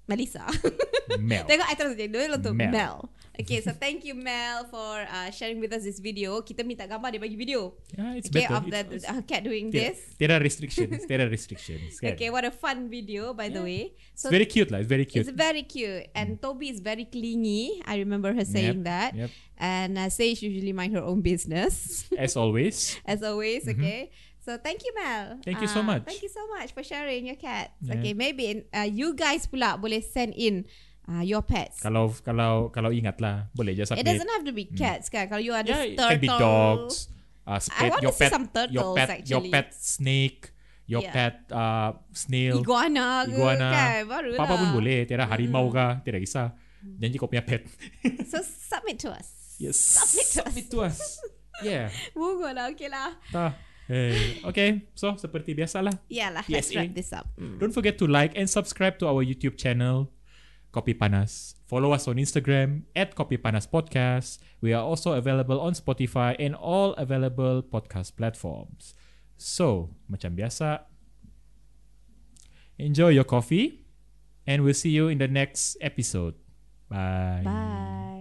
[SPEAKER 2] Melissa.
[SPEAKER 1] Mel.
[SPEAKER 2] Tengok I terus je dulu untuk Mel.
[SPEAKER 1] Mel.
[SPEAKER 2] Mel. Okay, so thank you Mel for uh, sharing with us this video. Kita minta gambar dia bagi video.
[SPEAKER 1] Yeah, it's
[SPEAKER 2] okay,
[SPEAKER 1] better.
[SPEAKER 2] of the
[SPEAKER 1] It's-
[SPEAKER 2] uh, cat doing
[SPEAKER 1] tiada-
[SPEAKER 2] this.
[SPEAKER 1] Tiada restrictions. tiada restrictions. Kan?
[SPEAKER 2] Okay, what a fun video by the
[SPEAKER 1] Yeah.
[SPEAKER 2] way.
[SPEAKER 1] it's
[SPEAKER 2] So
[SPEAKER 1] very cute lah. It's very cute. Mm.
[SPEAKER 2] It's very cute. And Toby is very clingy. I remember her saying that.
[SPEAKER 1] Yep.
[SPEAKER 2] And uh, Sage usually mind her own business,
[SPEAKER 1] As always.
[SPEAKER 2] as always. Okay. So thank you, Mel.
[SPEAKER 1] Mm-hmm. Thank you
[SPEAKER 2] Ah,
[SPEAKER 1] so much.
[SPEAKER 2] Thank you so much for sharing your cats.
[SPEAKER 1] Yeah.
[SPEAKER 2] Okay, maybe uh, you guys pula boleh send in uh, your pets.
[SPEAKER 1] Kalau kalau kalau ingat lah, boleh je submit.
[SPEAKER 2] It doesn't have to be cats, kan? Kalau you ada
[SPEAKER 1] yeah, it
[SPEAKER 2] turtle,
[SPEAKER 1] can be dogs. Uh,
[SPEAKER 2] I
[SPEAKER 1] pet,
[SPEAKER 2] want
[SPEAKER 1] your
[SPEAKER 2] to see
[SPEAKER 1] pet,
[SPEAKER 2] some
[SPEAKER 1] your
[SPEAKER 2] turtles,
[SPEAKER 1] pet, your
[SPEAKER 2] actually.
[SPEAKER 1] pet snake, your
[SPEAKER 2] Yeah.
[SPEAKER 1] pet uh, snail.
[SPEAKER 2] iguana, ke,
[SPEAKER 1] Iguana.
[SPEAKER 2] kan? Baru
[SPEAKER 1] Apa-apa
[SPEAKER 2] lah. Mm.
[SPEAKER 1] pun boleh. Tiada harimau kah, tiada kisah. Janji kau punya pet.
[SPEAKER 2] So submit to us.
[SPEAKER 1] Yes.
[SPEAKER 2] Submit to us.
[SPEAKER 1] Submit to us. yeah.
[SPEAKER 2] Mugo lah, okay lah.
[SPEAKER 1] Tah. Hey. Okay. So seperti biasalah.
[SPEAKER 2] Yalah, let's
[SPEAKER 1] Yes, eh.
[SPEAKER 2] wrap this up. Mm.
[SPEAKER 1] Don't forget to like and subscribe to our YouTube channel, Kopi Panas. Follow us on Instagram at Kopi Panas Podcast. We are also available on Spotify and all available podcast platforms. So, macam biasa, enjoy your coffee and we'll see you in the next episode. Bye.
[SPEAKER 2] Bye.